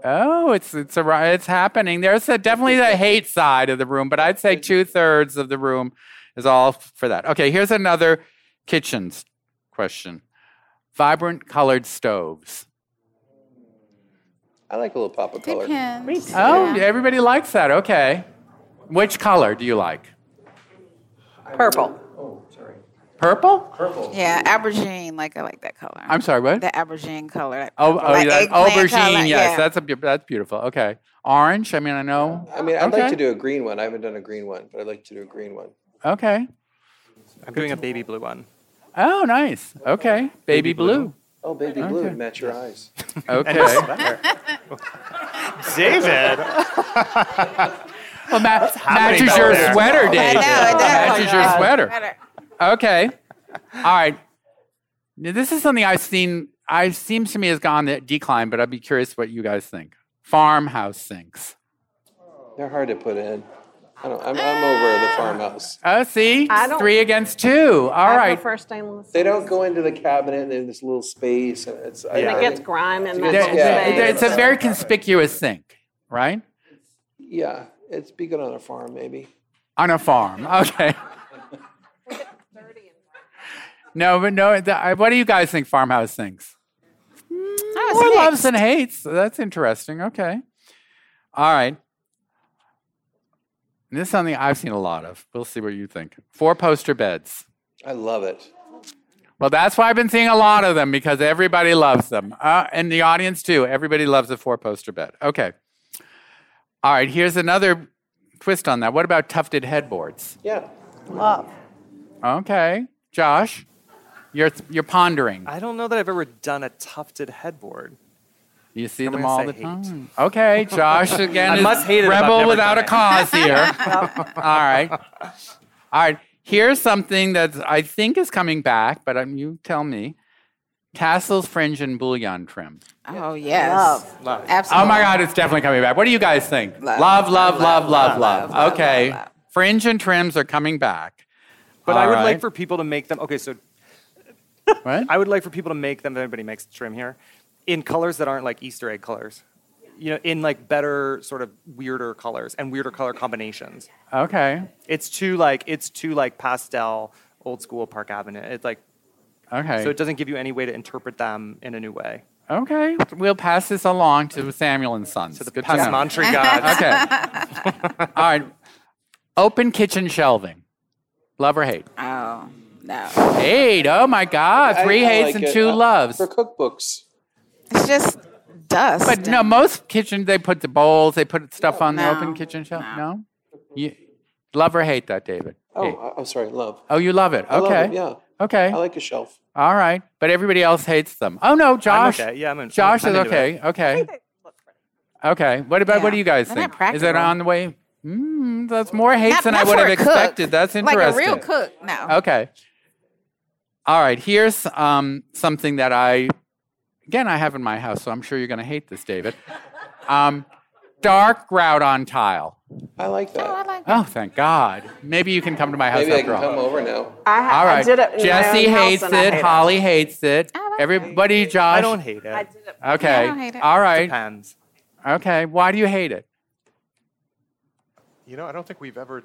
Speaker 1: Oh, it's it's a, it's happening. There's a, definitely the hate side of the room, but I'd say two thirds of the room is all for that. Okay, here's another kitchens question: vibrant colored stoves.
Speaker 3: I like a little pop of color.
Speaker 4: Depends.
Speaker 1: Oh,
Speaker 4: Yeah.
Speaker 1: everybody likes that. Okay, which color do you like?
Speaker 6: Purple.
Speaker 1: Purple?
Speaker 4: Yeah, aubergine. Like I like that color.
Speaker 1: I'm sorry, what?
Speaker 4: the aubergine color. Like
Speaker 1: Oh,
Speaker 4: purple,
Speaker 1: oh
Speaker 4: like
Speaker 1: yeah,
Speaker 4: eggplant
Speaker 1: aubergine.
Speaker 4: color,
Speaker 1: Yes,
Speaker 4: yeah.
Speaker 1: that's a beau- that's beautiful. Okay, orange. I mean, I know.
Speaker 3: I mean, I'd
Speaker 1: Okay.
Speaker 3: like to do a green one. I haven't done a green one, but I'd like to do a green one.
Speaker 1: Okay.
Speaker 7: I'm doing a baby blue one.
Speaker 1: Oh, nice. Okay, baby, blue.
Speaker 7: blue.
Speaker 3: Oh, baby blue, match your eyes.
Speaker 1: Okay.
Speaker 7: David.
Speaker 1: well, ma-
Speaker 7: happening
Speaker 1: matches
Speaker 7: out
Speaker 1: your
Speaker 7: there?
Speaker 1: sweater,
Speaker 4: I
Speaker 1: David.
Speaker 4: know, I know.
Speaker 1: Matches your
Speaker 4: Yeah.
Speaker 1: sweater.
Speaker 4: Better.
Speaker 1: Okay. All right. Now, this is something I've seen. I seems to me has gone the decline, but I'd be curious what you guys think. Farmhouse sinks.
Speaker 3: They're hard to put in. I don't, I'm, I'm over the farmhouse.
Speaker 1: Oh, see,
Speaker 6: I don't-
Speaker 1: three against two. All
Speaker 6: I
Speaker 1: right.
Speaker 6: prefer stainless.
Speaker 3: They don't go into the cabinet and there's this little space. And it's, I,
Speaker 7: Yeah.
Speaker 6: It
Speaker 3: I
Speaker 6: gets
Speaker 3: think-
Speaker 6: grime in
Speaker 3: Yeah,
Speaker 6: that
Speaker 1: There-
Speaker 6: whole
Speaker 1: there-
Speaker 6: space.
Speaker 1: there- it's a very conspicuous sink, right?
Speaker 3: Yeah, it's be good on a farm, maybe.
Speaker 1: On a farm. Okay. No, but no. The, I, what do you guys think farmhouse sinks?
Speaker 4: I was
Speaker 1: More
Speaker 4: mixed.
Speaker 1: Oh, loves and hates. That's interesting. Okay. All right. And this is something I've seen a lot of. We'll see what you think. Four poster beds.
Speaker 3: I love it.
Speaker 1: Well, that's why I've been seeing a lot of them because everybody loves them. Uh, and the audience, too. Everybody loves a four poster bed. Okay. All right. Here's another twist on that. What about tufted headboards?
Speaker 3: Yeah.
Speaker 6: Love.
Speaker 1: Okay. Josh, you're, you're pondering.
Speaker 7: I don't know that I've ever done a tufted headboard.
Speaker 1: You see
Speaker 7: I'm
Speaker 1: them
Speaker 7: gonna
Speaker 1: all
Speaker 7: say
Speaker 1: the
Speaker 7: hate.
Speaker 1: time. Okay, Josh again
Speaker 7: I
Speaker 1: is
Speaker 7: must hate it if I've
Speaker 1: rebel
Speaker 7: never
Speaker 1: without a
Speaker 7: done
Speaker 1: cause here. all right, all right. Here's something that I think is coming back, but um, you tell me. Tassels, fringe, and bullion trim.
Speaker 4: Oh yes.
Speaker 6: Love.
Speaker 7: Love.
Speaker 4: Absolutely.
Speaker 1: Oh my God, it's definitely coming back. What do you guys think? Love,
Speaker 4: Love.
Speaker 1: love, love, love,
Speaker 4: love, love, love,
Speaker 1: love. Okay,
Speaker 4: love, love.
Speaker 1: fringe and trims are coming back.
Speaker 7: But
Speaker 1: All
Speaker 7: I would
Speaker 1: right.
Speaker 7: like for people to make them. Okay, so
Speaker 1: What?
Speaker 7: I would like for people to make them. If anybody makes trim here, in colors that aren't like Easter egg colors. You know, in like better sort of weirder colors and weirder color combinations.
Speaker 1: Okay,
Speaker 7: It's too like it's too like pastel, old school Park Avenue. It's like
Speaker 1: okay.
Speaker 7: so it doesn't give you any way to interpret them in a new way.
Speaker 1: okay, we'll pass this along to Samuel and Sons.
Speaker 7: To the
Speaker 1: Good know.
Speaker 7: Pesmantry gods.
Speaker 1: Okay. All right. Open kitchen shelving. Love or hate?
Speaker 4: Oh no.
Speaker 1: Hate. Oh my God.
Speaker 3: I-
Speaker 1: Three
Speaker 3: I
Speaker 1: hates
Speaker 3: like
Speaker 1: and
Speaker 3: it.
Speaker 1: two
Speaker 3: Uh,
Speaker 1: loves.
Speaker 3: For cookbooks.
Speaker 4: It's just dust.
Speaker 1: But no, most kitchen they put the bowls, they put stuff on the
Speaker 4: No.
Speaker 1: open kitchen shelf. No.
Speaker 4: No.
Speaker 1: You, love or hate that, David?
Speaker 3: Oh,
Speaker 1: Hate.
Speaker 3: I, am sorry, love.
Speaker 1: Oh, you love it.
Speaker 3: I love
Speaker 1: Okay.
Speaker 3: it, yeah.
Speaker 1: Okay.
Speaker 3: I like a shelf.
Speaker 1: All right. But everybody else hates them. Oh no, Josh.
Speaker 7: okay. Yeah, I'm in-
Speaker 1: Josh
Speaker 7: I'm
Speaker 1: is
Speaker 7: into
Speaker 1: okay. Okay. Okay. What about what
Speaker 4: Yeah.
Speaker 1: do you guys
Speaker 4: They're
Speaker 1: think?
Speaker 4: not
Speaker 1: Is that
Speaker 4: practical.
Speaker 1: on the way? Mm, that's more hates
Speaker 4: Not-
Speaker 1: than I
Speaker 4: not
Speaker 1: would
Speaker 4: for
Speaker 1: have
Speaker 4: a cook.
Speaker 1: expected. That's interesting.
Speaker 4: Like a real cook. No.
Speaker 1: Okay. All right. Here's um, something that I, again, I have in my house, so I'm sure you're going to hate this, David. Um, dark grout on tile.
Speaker 3: I like that.
Speaker 1: Oh, thank God. Maybe you can come to my house
Speaker 3: Maybe I
Speaker 1: after
Speaker 3: can
Speaker 1: all.
Speaker 3: come over now.
Speaker 6: I, ha-
Speaker 1: All
Speaker 6: I
Speaker 1: right.
Speaker 6: did it. In my
Speaker 1: Jesse
Speaker 6: own house
Speaker 1: hates
Speaker 6: and I
Speaker 1: it.
Speaker 6: hate
Speaker 1: Holly hates it.
Speaker 4: Oh, I like
Speaker 1: Everybody, Josh.
Speaker 7: I don't hate it.
Speaker 6: I did it.
Speaker 1: Okay.
Speaker 4: I don't hate it.
Speaker 1: All right.
Speaker 7: Depends.
Speaker 1: Okay. Why do you hate it?
Speaker 5: You know, I don't think we've ever,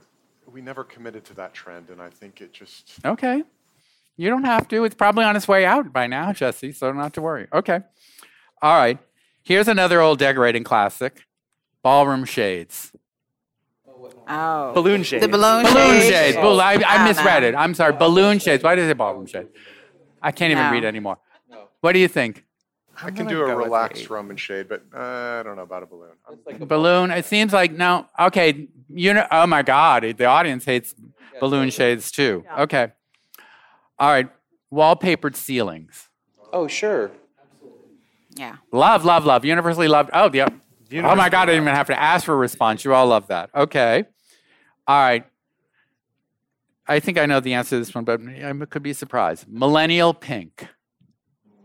Speaker 5: we never committed to that trend, and I think it just,
Speaker 1: Okay. You don't have to. It's probably on its way out by now, Jesse, so not to worry. Okay. All right. Here's another old decorating classic ballroom shades.
Speaker 4: Oh.
Speaker 7: Balloon shade.
Speaker 4: The balloon,
Speaker 1: Balloon
Speaker 4: shades. Ah,
Speaker 1: shades. Bal- I,
Speaker 4: don't
Speaker 1: I misread
Speaker 4: know.
Speaker 1: it. I'm sorry. Balloon shades. Why did I say ballroom shades? I can't even
Speaker 4: No.
Speaker 1: read anymore. What do you think?
Speaker 5: I can
Speaker 7: gonna
Speaker 5: do a
Speaker 7: go with
Speaker 5: relaxed
Speaker 7: eight.
Speaker 5: Roman shade, but uh, I don't know about a balloon. I'm-
Speaker 1: Balloon. It seems like no. Okay. You know. Oh my God. The audience hates balloon shades too. Okay. All right. Wallpapered ceilings.
Speaker 3: Oh, sure.
Speaker 4: Yeah.
Speaker 1: Love, love, love. Universally loved. Oh, the, oh my
Speaker 7: Universally
Speaker 1: God, I didn't even have to ask for a response. You all love that. Okay. All right. I think I know the answer to this one, but I could be surprised. Millennial pink.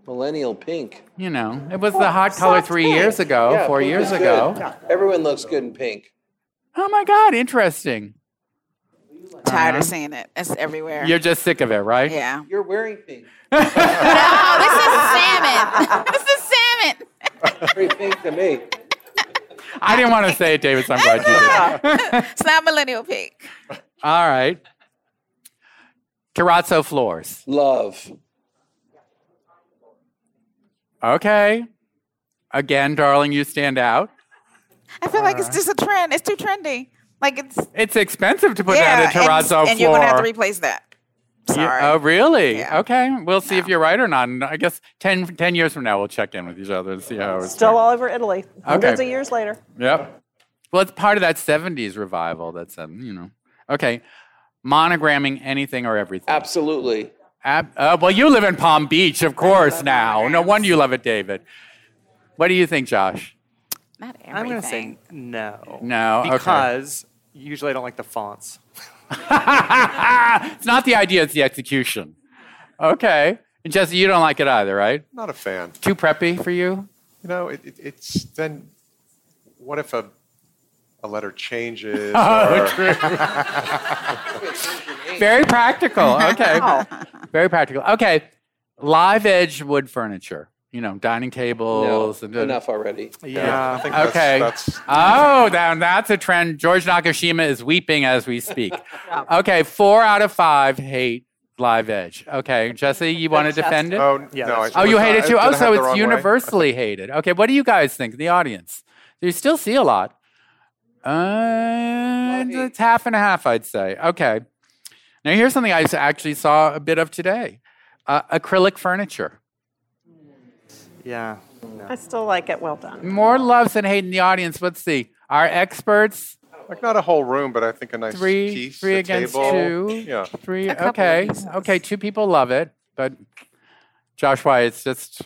Speaker 3: Millennial pink.
Speaker 1: You know, it was the hot color three years ago,
Speaker 3: Yeah,
Speaker 1: four
Speaker 3: pink
Speaker 1: years
Speaker 3: is good.
Speaker 1: ago.
Speaker 3: Everyone looks good in pink.
Speaker 1: Oh my God, interesting.
Speaker 4: Tired of seeing it. It's everywhere.
Speaker 1: Uh-huh. You're just sick of it, right?
Speaker 4: yeah.
Speaker 3: You're wearing pink.
Speaker 4: Oh, this is salmon. this is salmon.
Speaker 3: Pretty pink to me.
Speaker 1: I didn't want to say it, David, so I'm glad you did.
Speaker 4: It's not millennial pink.
Speaker 1: All right. Terrazzo floors.
Speaker 3: Love.
Speaker 1: Okay. Again, darling, you stand out.
Speaker 4: I feel like it's just a trend. It's too trendy. Like it's
Speaker 1: It's expensive to put
Speaker 4: yeah,
Speaker 1: down a terrazzo
Speaker 4: and,
Speaker 1: floor.
Speaker 4: and you're gonna have to replace that.
Speaker 1: You-
Speaker 4: Sorry.
Speaker 1: oh, really?
Speaker 4: Yeah.
Speaker 1: Okay. We'll see if you're right or not. And I guess 10, 10 years from now, we'll check in with each other and see how it's
Speaker 6: Still all over Italy. Hundreds
Speaker 1: Okay.
Speaker 6: of years later.
Speaker 1: Yep. Well, it's part of that 70s revival that's, um, you know. Okay. Monogramming anything or everything.
Speaker 3: Absolutely.
Speaker 1: Ab- uh, well, you live in Palm Beach, of course, now. No wonder you love it, David. What do you think, Josh?
Speaker 4: not everything.
Speaker 7: I'm gonna say no.
Speaker 1: No, okay.
Speaker 7: Because usually I don't like the fonts.
Speaker 1: it's not the idea, it's the execution. Okay. And Jesse, you don't like it either, right?
Speaker 5: not a fan.
Speaker 1: Too preppy for you?
Speaker 5: You know, it, it, it's then, what if a, a letter changes?
Speaker 1: Oh,
Speaker 5: or-
Speaker 1: Very practical. Okay. Very practical. Okay. Live edge wood furniture. You know, dining
Speaker 3: No,
Speaker 1: tables. and
Speaker 3: enough already.
Speaker 5: Yeah, I think that's,
Speaker 1: Okay.
Speaker 5: that's
Speaker 1: Oh, now that's a trend. George Nakashima is weeping as we speak. Okay, four out of five hate live edge. Okay, Jesse, you want to defend it? Oh,
Speaker 5: Oh,
Speaker 7: Yeah,
Speaker 5: no,
Speaker 7: that's-
Speaker 5: I,
Speaker 1: you
Speaker 5: was-
Speaker 1: hate it
Speaker 5: I
Speaker 1: too? Oh,
Speaker 5: did have the
Speaker 1: so
Speaker 5: wrong
Speaker 1: it's
Speaker 5: way.
Speaker 1: universally hated. Okay, what do you guys think, the audience? Do you still see a lot? Uh, it's half and a half, I'd say. Okay. Now, here's something I s- actually saw a bit of today uh, acrylic furniture.
Speaker 7: Yeah.
Speaker 6: I still like it. Well done.
Speaker 1: More loves than hate in the audience. Let's see. Our experts
Speaker 5: Like not a whole room, but I think a nice
Speaker 1: three
Speaker 5: piece.
Speaker 1: three
Speaker 5: a
Speaker 1: against
Speaker 5: table.
Speaker 1: two
Speaker 5: Yeah.
Speaker 1: three
Speaker 4: couple of
Speaker 1: okay
Speaker 4: pieces.
Speaker 1: okay two people love it but josh why it's just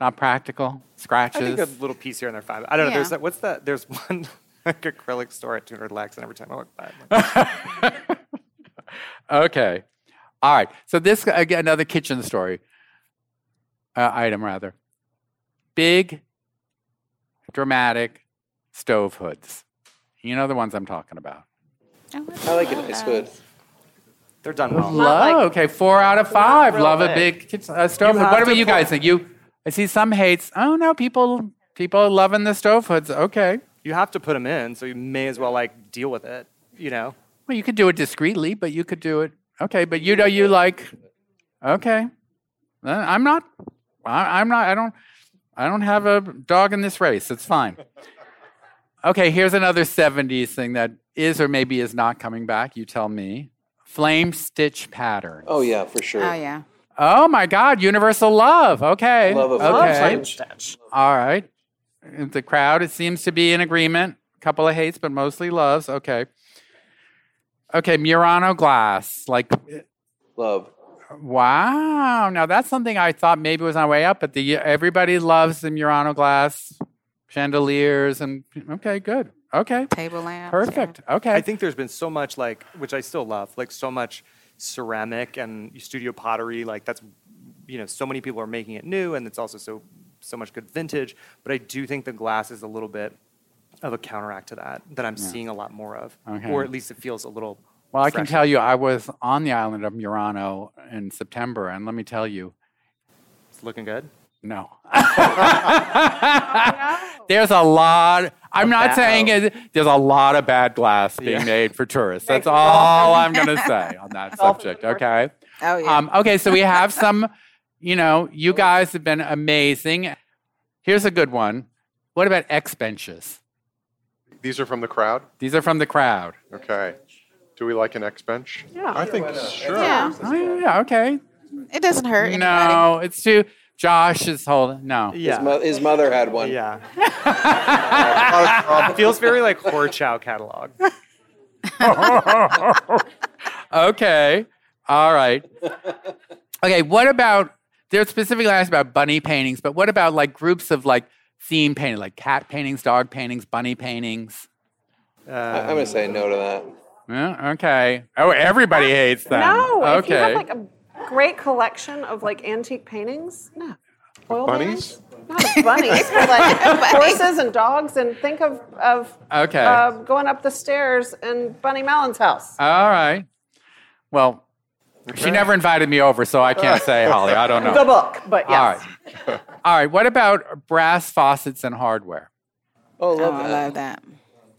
Speaker 1: not practical
Speaker 7: I think a
Speaker 1: scratches
Speaker 7: little piece here and there five. I don't know. There's
Speaker 4: Yeah.
Speaker 7: that. What's that? There's one like acrylic store at 200 lakhs, and every time I walk by, I'm like,
Speaker 1: okay all right so this again another kitchen story uh, item rather big dramatic stove hoods you know the ones i'm talking about
Speaker 4: Oh,
Speaker 3: I like a nice hood.
Speaker 7: they're done well.
Speaker 1: Love. okay, four out of five.
Speaker 6: real
Speaker 1: Love a
Speaker 6: big.
Speaker 1: big kitchen, uh, stove.
Speaker 7: You
Speaker 1: hood.
Speaker 7: have
Speaker 1: What
Speaker 7: to
Speaker 1: about you guys think? You, I see some hates. Oh no, people, people loving the stove hoods. Okay,
Speaker 7: You have to put them in, so you may as well like deal with it. You know.
Speaker 1: well, you could do it discreetly, but you could do it. Okay, but you know you like. Okay, Uh, I'm not. I, I'm not. I don't. I don't have a dog in this race. It's fine. Okay, here's another '70s thing that is or maybe is not coming back. You tell me. Flame stitch pattern.
Speaker 3: Oh, yeah, for sure.
Speaker 4: Oh yeah.
Speaker 1: Oh my God! Universal love. Okay.
Speaker 3: Love of
Speaker 1: okay.
Speaker 3: flame
Speaker 6: stitch.
Speaker 1: All right. The crowd, it seems to be in agreement. A couple of hates, but mostly loves. Okay. Okay. Murano glass. Like,
Speaker 3: Love.
Speaker 1: wow. Now that's something I thought maybe was on the way up, but the everybody loves the Murano glass chandeliers and okay, good. Okay.
Speaker 4: Table lamp.
Speaker 1: Perfect. Okay.
Speaker 7: I think there's been so much like, which I still love, like so much ceramic and studio pottery. Like that's, you know, so many people are making it new, and it's also so so much good vintage. But I do think the glass is a little bit of a counteract to that that I'm seeing a lot more of,
Speaker 1: Okay.
Speaker 7: or at least it feels a little
Speaker 1: Well, I can tell you, I was on the island of Murano in September, and let me tell you,
Speaker 7: It's looking good.
Speaker 1: no. There's a lot. I'm not
Speaker 7: bad-
Speaker 1: saying it. There's a lot of bad glass being
Speaker 7: Yeah.
Speaker 1: made for tourists. That's
Speaker 6: Thanks, Dolphin.
Speaker 1: all I'm going to say on that subject. Okay.
Speaker 4: Oh yeah.
Speaker 1: Um, okay, so we have some, you know, you guys have been amazing. Here's a good one. What about X benches?
Speaker 5: These are from the crowd.
Speaker 1: These are from the crowd.
Speaker 5: Okay. Do we like an X bench?
Speaker 6: Yeah.
Speaker 5: I think sure.
Speaker 4: yeah.
Speaker 1: Oh, yeah, okay.
Speaker 4: It doesn't hurt. anybody.
Speaker 1: No, it's too. Josh is holding. No.
Speaker 7: Yeah.
Speaker 3: Mo- His mother had one.
Speaker 7: yeah. Feels very like horror chow catalog.
Speaker 1: Okay. All right. Okay, what about, they're specifically asked about bunny paintings, but what about like groups of like theme painting, like cat paintings, dog paintings, bunny paintings?
Speaker 3: I- I'm gonna say no to that.
Speaker 1: Yeah, okay. Oh, everybody hates them.
Speaker 6: No.
Speaker 1: Okay.
Speaker 6: If you have like a great collection of like antique paintings, no. Oil
Speaker 5: bunnies?
Speaker 6: paintings? Not of bunnies, but like horses and dogs. And think of of
Speaker 1: Okay.
Speaker 6: uh, going up the stairs in Bunny Mellon's house.
Speaker 1: All right. Well, she never invited me over, so I can't say, Holly. I don't know.
Speaker 6: The book, but yes.
Speaker 1: All right. All right. What about brass faucets and hardware?
Speaker 3: Oh,
Speaker 4: Oh,
Speaker 3: love
Speaker 4: I
Speaker 3: that.
Speaker 4: love that.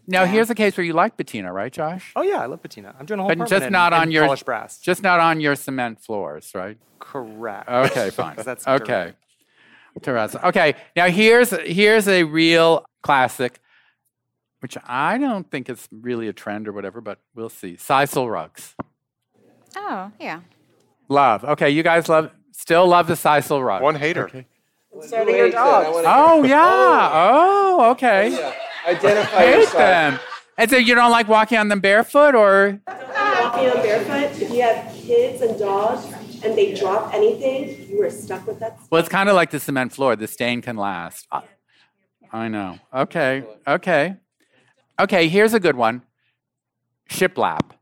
Speaker 1: Now, here's a case where you like patina, right, Josh?
Speaker 7: Oh yeah, I love patina. I'm doing a whole
Speaker 1: But
Speaker 7: apartment
Speaker 1: just
Speaker 7: in-
Speaker 1: not on
Speaker 7: in
Speaker 1: your
Speaker 7: polished brass.
Speaker 1: Just not on your cement floors, right?
Speaker 7: correct.
Speaker 1: Okay, fine.
Speaker 7: 'Cause that's
Speaker 1: okay. Terrazzo. Okay. Now here's here's a real classic, which I don't think is really a trend or whatever, but we'll see. Sisal rugs.
Speaker 4: Oh yeah.
Speaker 1: Love. Okay, you guys love still love the Sisal rug.
Speaker 5: One hater.
Speaker 6: So do
Speaker 3: Who
Speaker 6: your
Speaker 3: hates that? I
Speaker 6: dogs.
Speaker 3: wanna-
Speaker 1: Oh yeah. Oh, okay.
Speaker 3: yeah. Identify
Speaker 1: Hate
Speaker 3: yourself.
Speaker 1: them. And so you don't like walking on them barefoot, or
Speaker 8: walking on barefoot, if you have kids and dogs and they drop anything, you are stuck with that.
Speaker 1: well, it's kind of like the cement floor. The stain can last. I, I know. Okay. Okay. Okay. Here's a good one. Shiplap.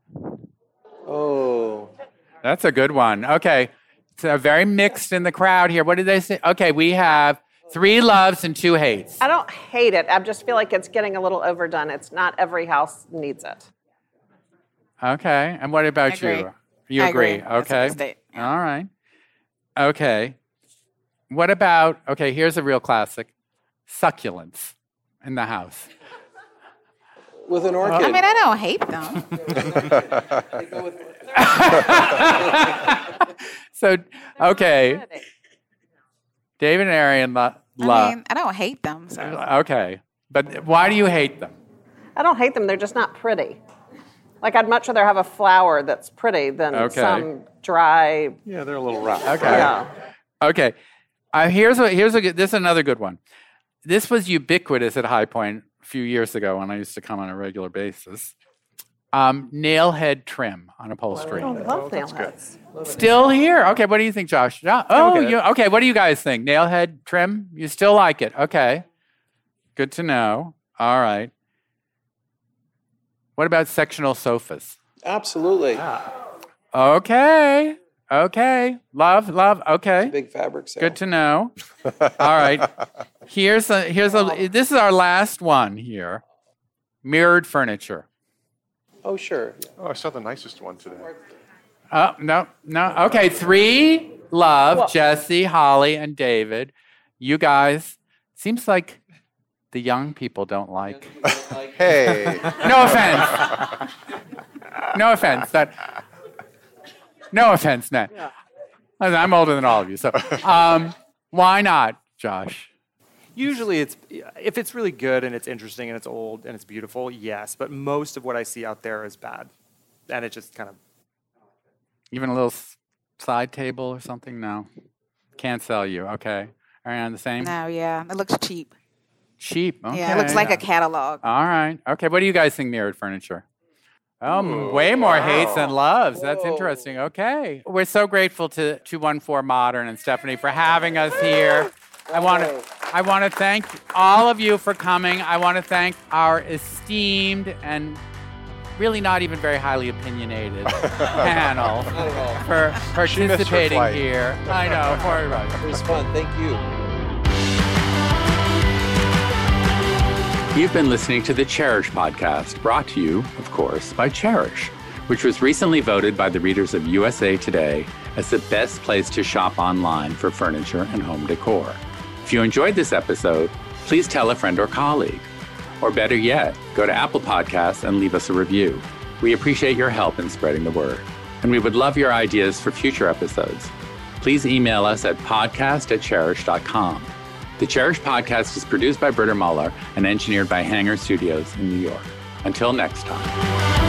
Speaker 3: Oh,
Speaker 1: That's a good one. Okay. So very mixed in the crowd here. What did they say? Okay, we have three loves and two hates.
Speaker 6: I don't hate it. I just feel like it's getting a little overdone. It's not every house needs it.
Speaker 1: Okay. And what about
Speaker 4: I agree.
Speaker 1: you? You
Speaker 4: I
Speaker 1: agree.
Speaker 4: agree. That's a
Speaker 1: Okay.
Speaker 4: good state.
Speaker 1: All right. Okay. What about okay, here's a real classic. Succulents in the house.
Speaker 3: with an orchid.
Speaker 4: I mean, I don't hate them.
Speaker 1: So okay. David and Arian lo-
Speaker 4: I
Speaker 1: love.
Speaker 4: mean, I don't hate them. So
Speaker 1: okay. But why do you hate them?
Speaker 6: I don't hate them. They're just not pretty. Like I'd much rather have a flower that's pretty than
Speaker 1: Okay.
Speaker 6: some dry.
Speaker 5: Yeah, they're a little rough.
Speaker 1: Okay.
Speaker 6: Yeah.
Speaker 1: Okay. Uh, here's a here's a good- this is another good one. This was ubiquitous at High Point a few years ago when I used to come on a regular basis. Um, nail head trim on upholstery.
Speaker 6: I love nail heads.
Speaker 1: Still here. Okay, what do you think, Josh? Yeah. Oh,
Speaker 5: Okay.
Speaker 1: you okay, what do you guys think? Nail head trim? You still like it. Okay. Good to know. All right. What about sectional sofas?
Speaker 3: Absolutely.
Speaker 1: Okay. Okay. Love, love, okay.
Speaker 3: Big fabric sale.
Speaker 1: Good to know. All right. Here's a here's a this is our last one here. Mirrored furniture.
Speaker 3: Oh, sure.
Speaker 5: Oh, I saw the nicest one today.
Speaker 1: Oh, no, no. Okay, three love, Jesse, Holly, and David. You guys seems like the young people don't like.
Speaker 5: Hey.
Speaker 1: No offense. no offense. That No offense, Nat. I'm older than all of you, so um, why not, Josh?
Speaker 7: Usually, it's if it's really good and it's interesting and it's old and it's beautiful, yes. But most of what I see out there is bad, and it just kind of
Speaker 1: Even a little s- side table or something? No. Can't sell you. Okay. Are you on the same?
Speaker 4: no, yeah, it looks cheap.
Speaker 1: Cheap. Okay.
Speaker 4: Yeah, it looks like a catalog.
Speaker 1: All right. Okay. What do you guys think mirrored furniture? Um, way more hates than loves. That's interesting. Okay. We're so grateful to 214 Modern and Stephanie for having us here. I want to I want to thank all of you for coming. I want to thank our esteemed and really not even very highly opinionated panel for
Speaker 5: missed her
Speaker 1: participating
Speaker 5: flight.
Speaker 1: here. I know. Corey Rice.
Speaker 3: It was fun. Thank you.
Speaker 2: You've been listening to the Cherish podcast, brought to you, of course, by Cherish.
Speaker 1: which was recently voted by the readers of USA Today as the best place to shop online for furniture and home decor. If you enjoyed this episode, please tell a friend or colleague. Or better yet, go to Apple Podcasts and leave us a review. We appreciate your help in spreading the word. And we would love your ideas for future episodes. Please email us at podcast at cherish.com. The Cherish podcast is produced by Britta Muller and engineered by Hanger Studios in New York. Until next time.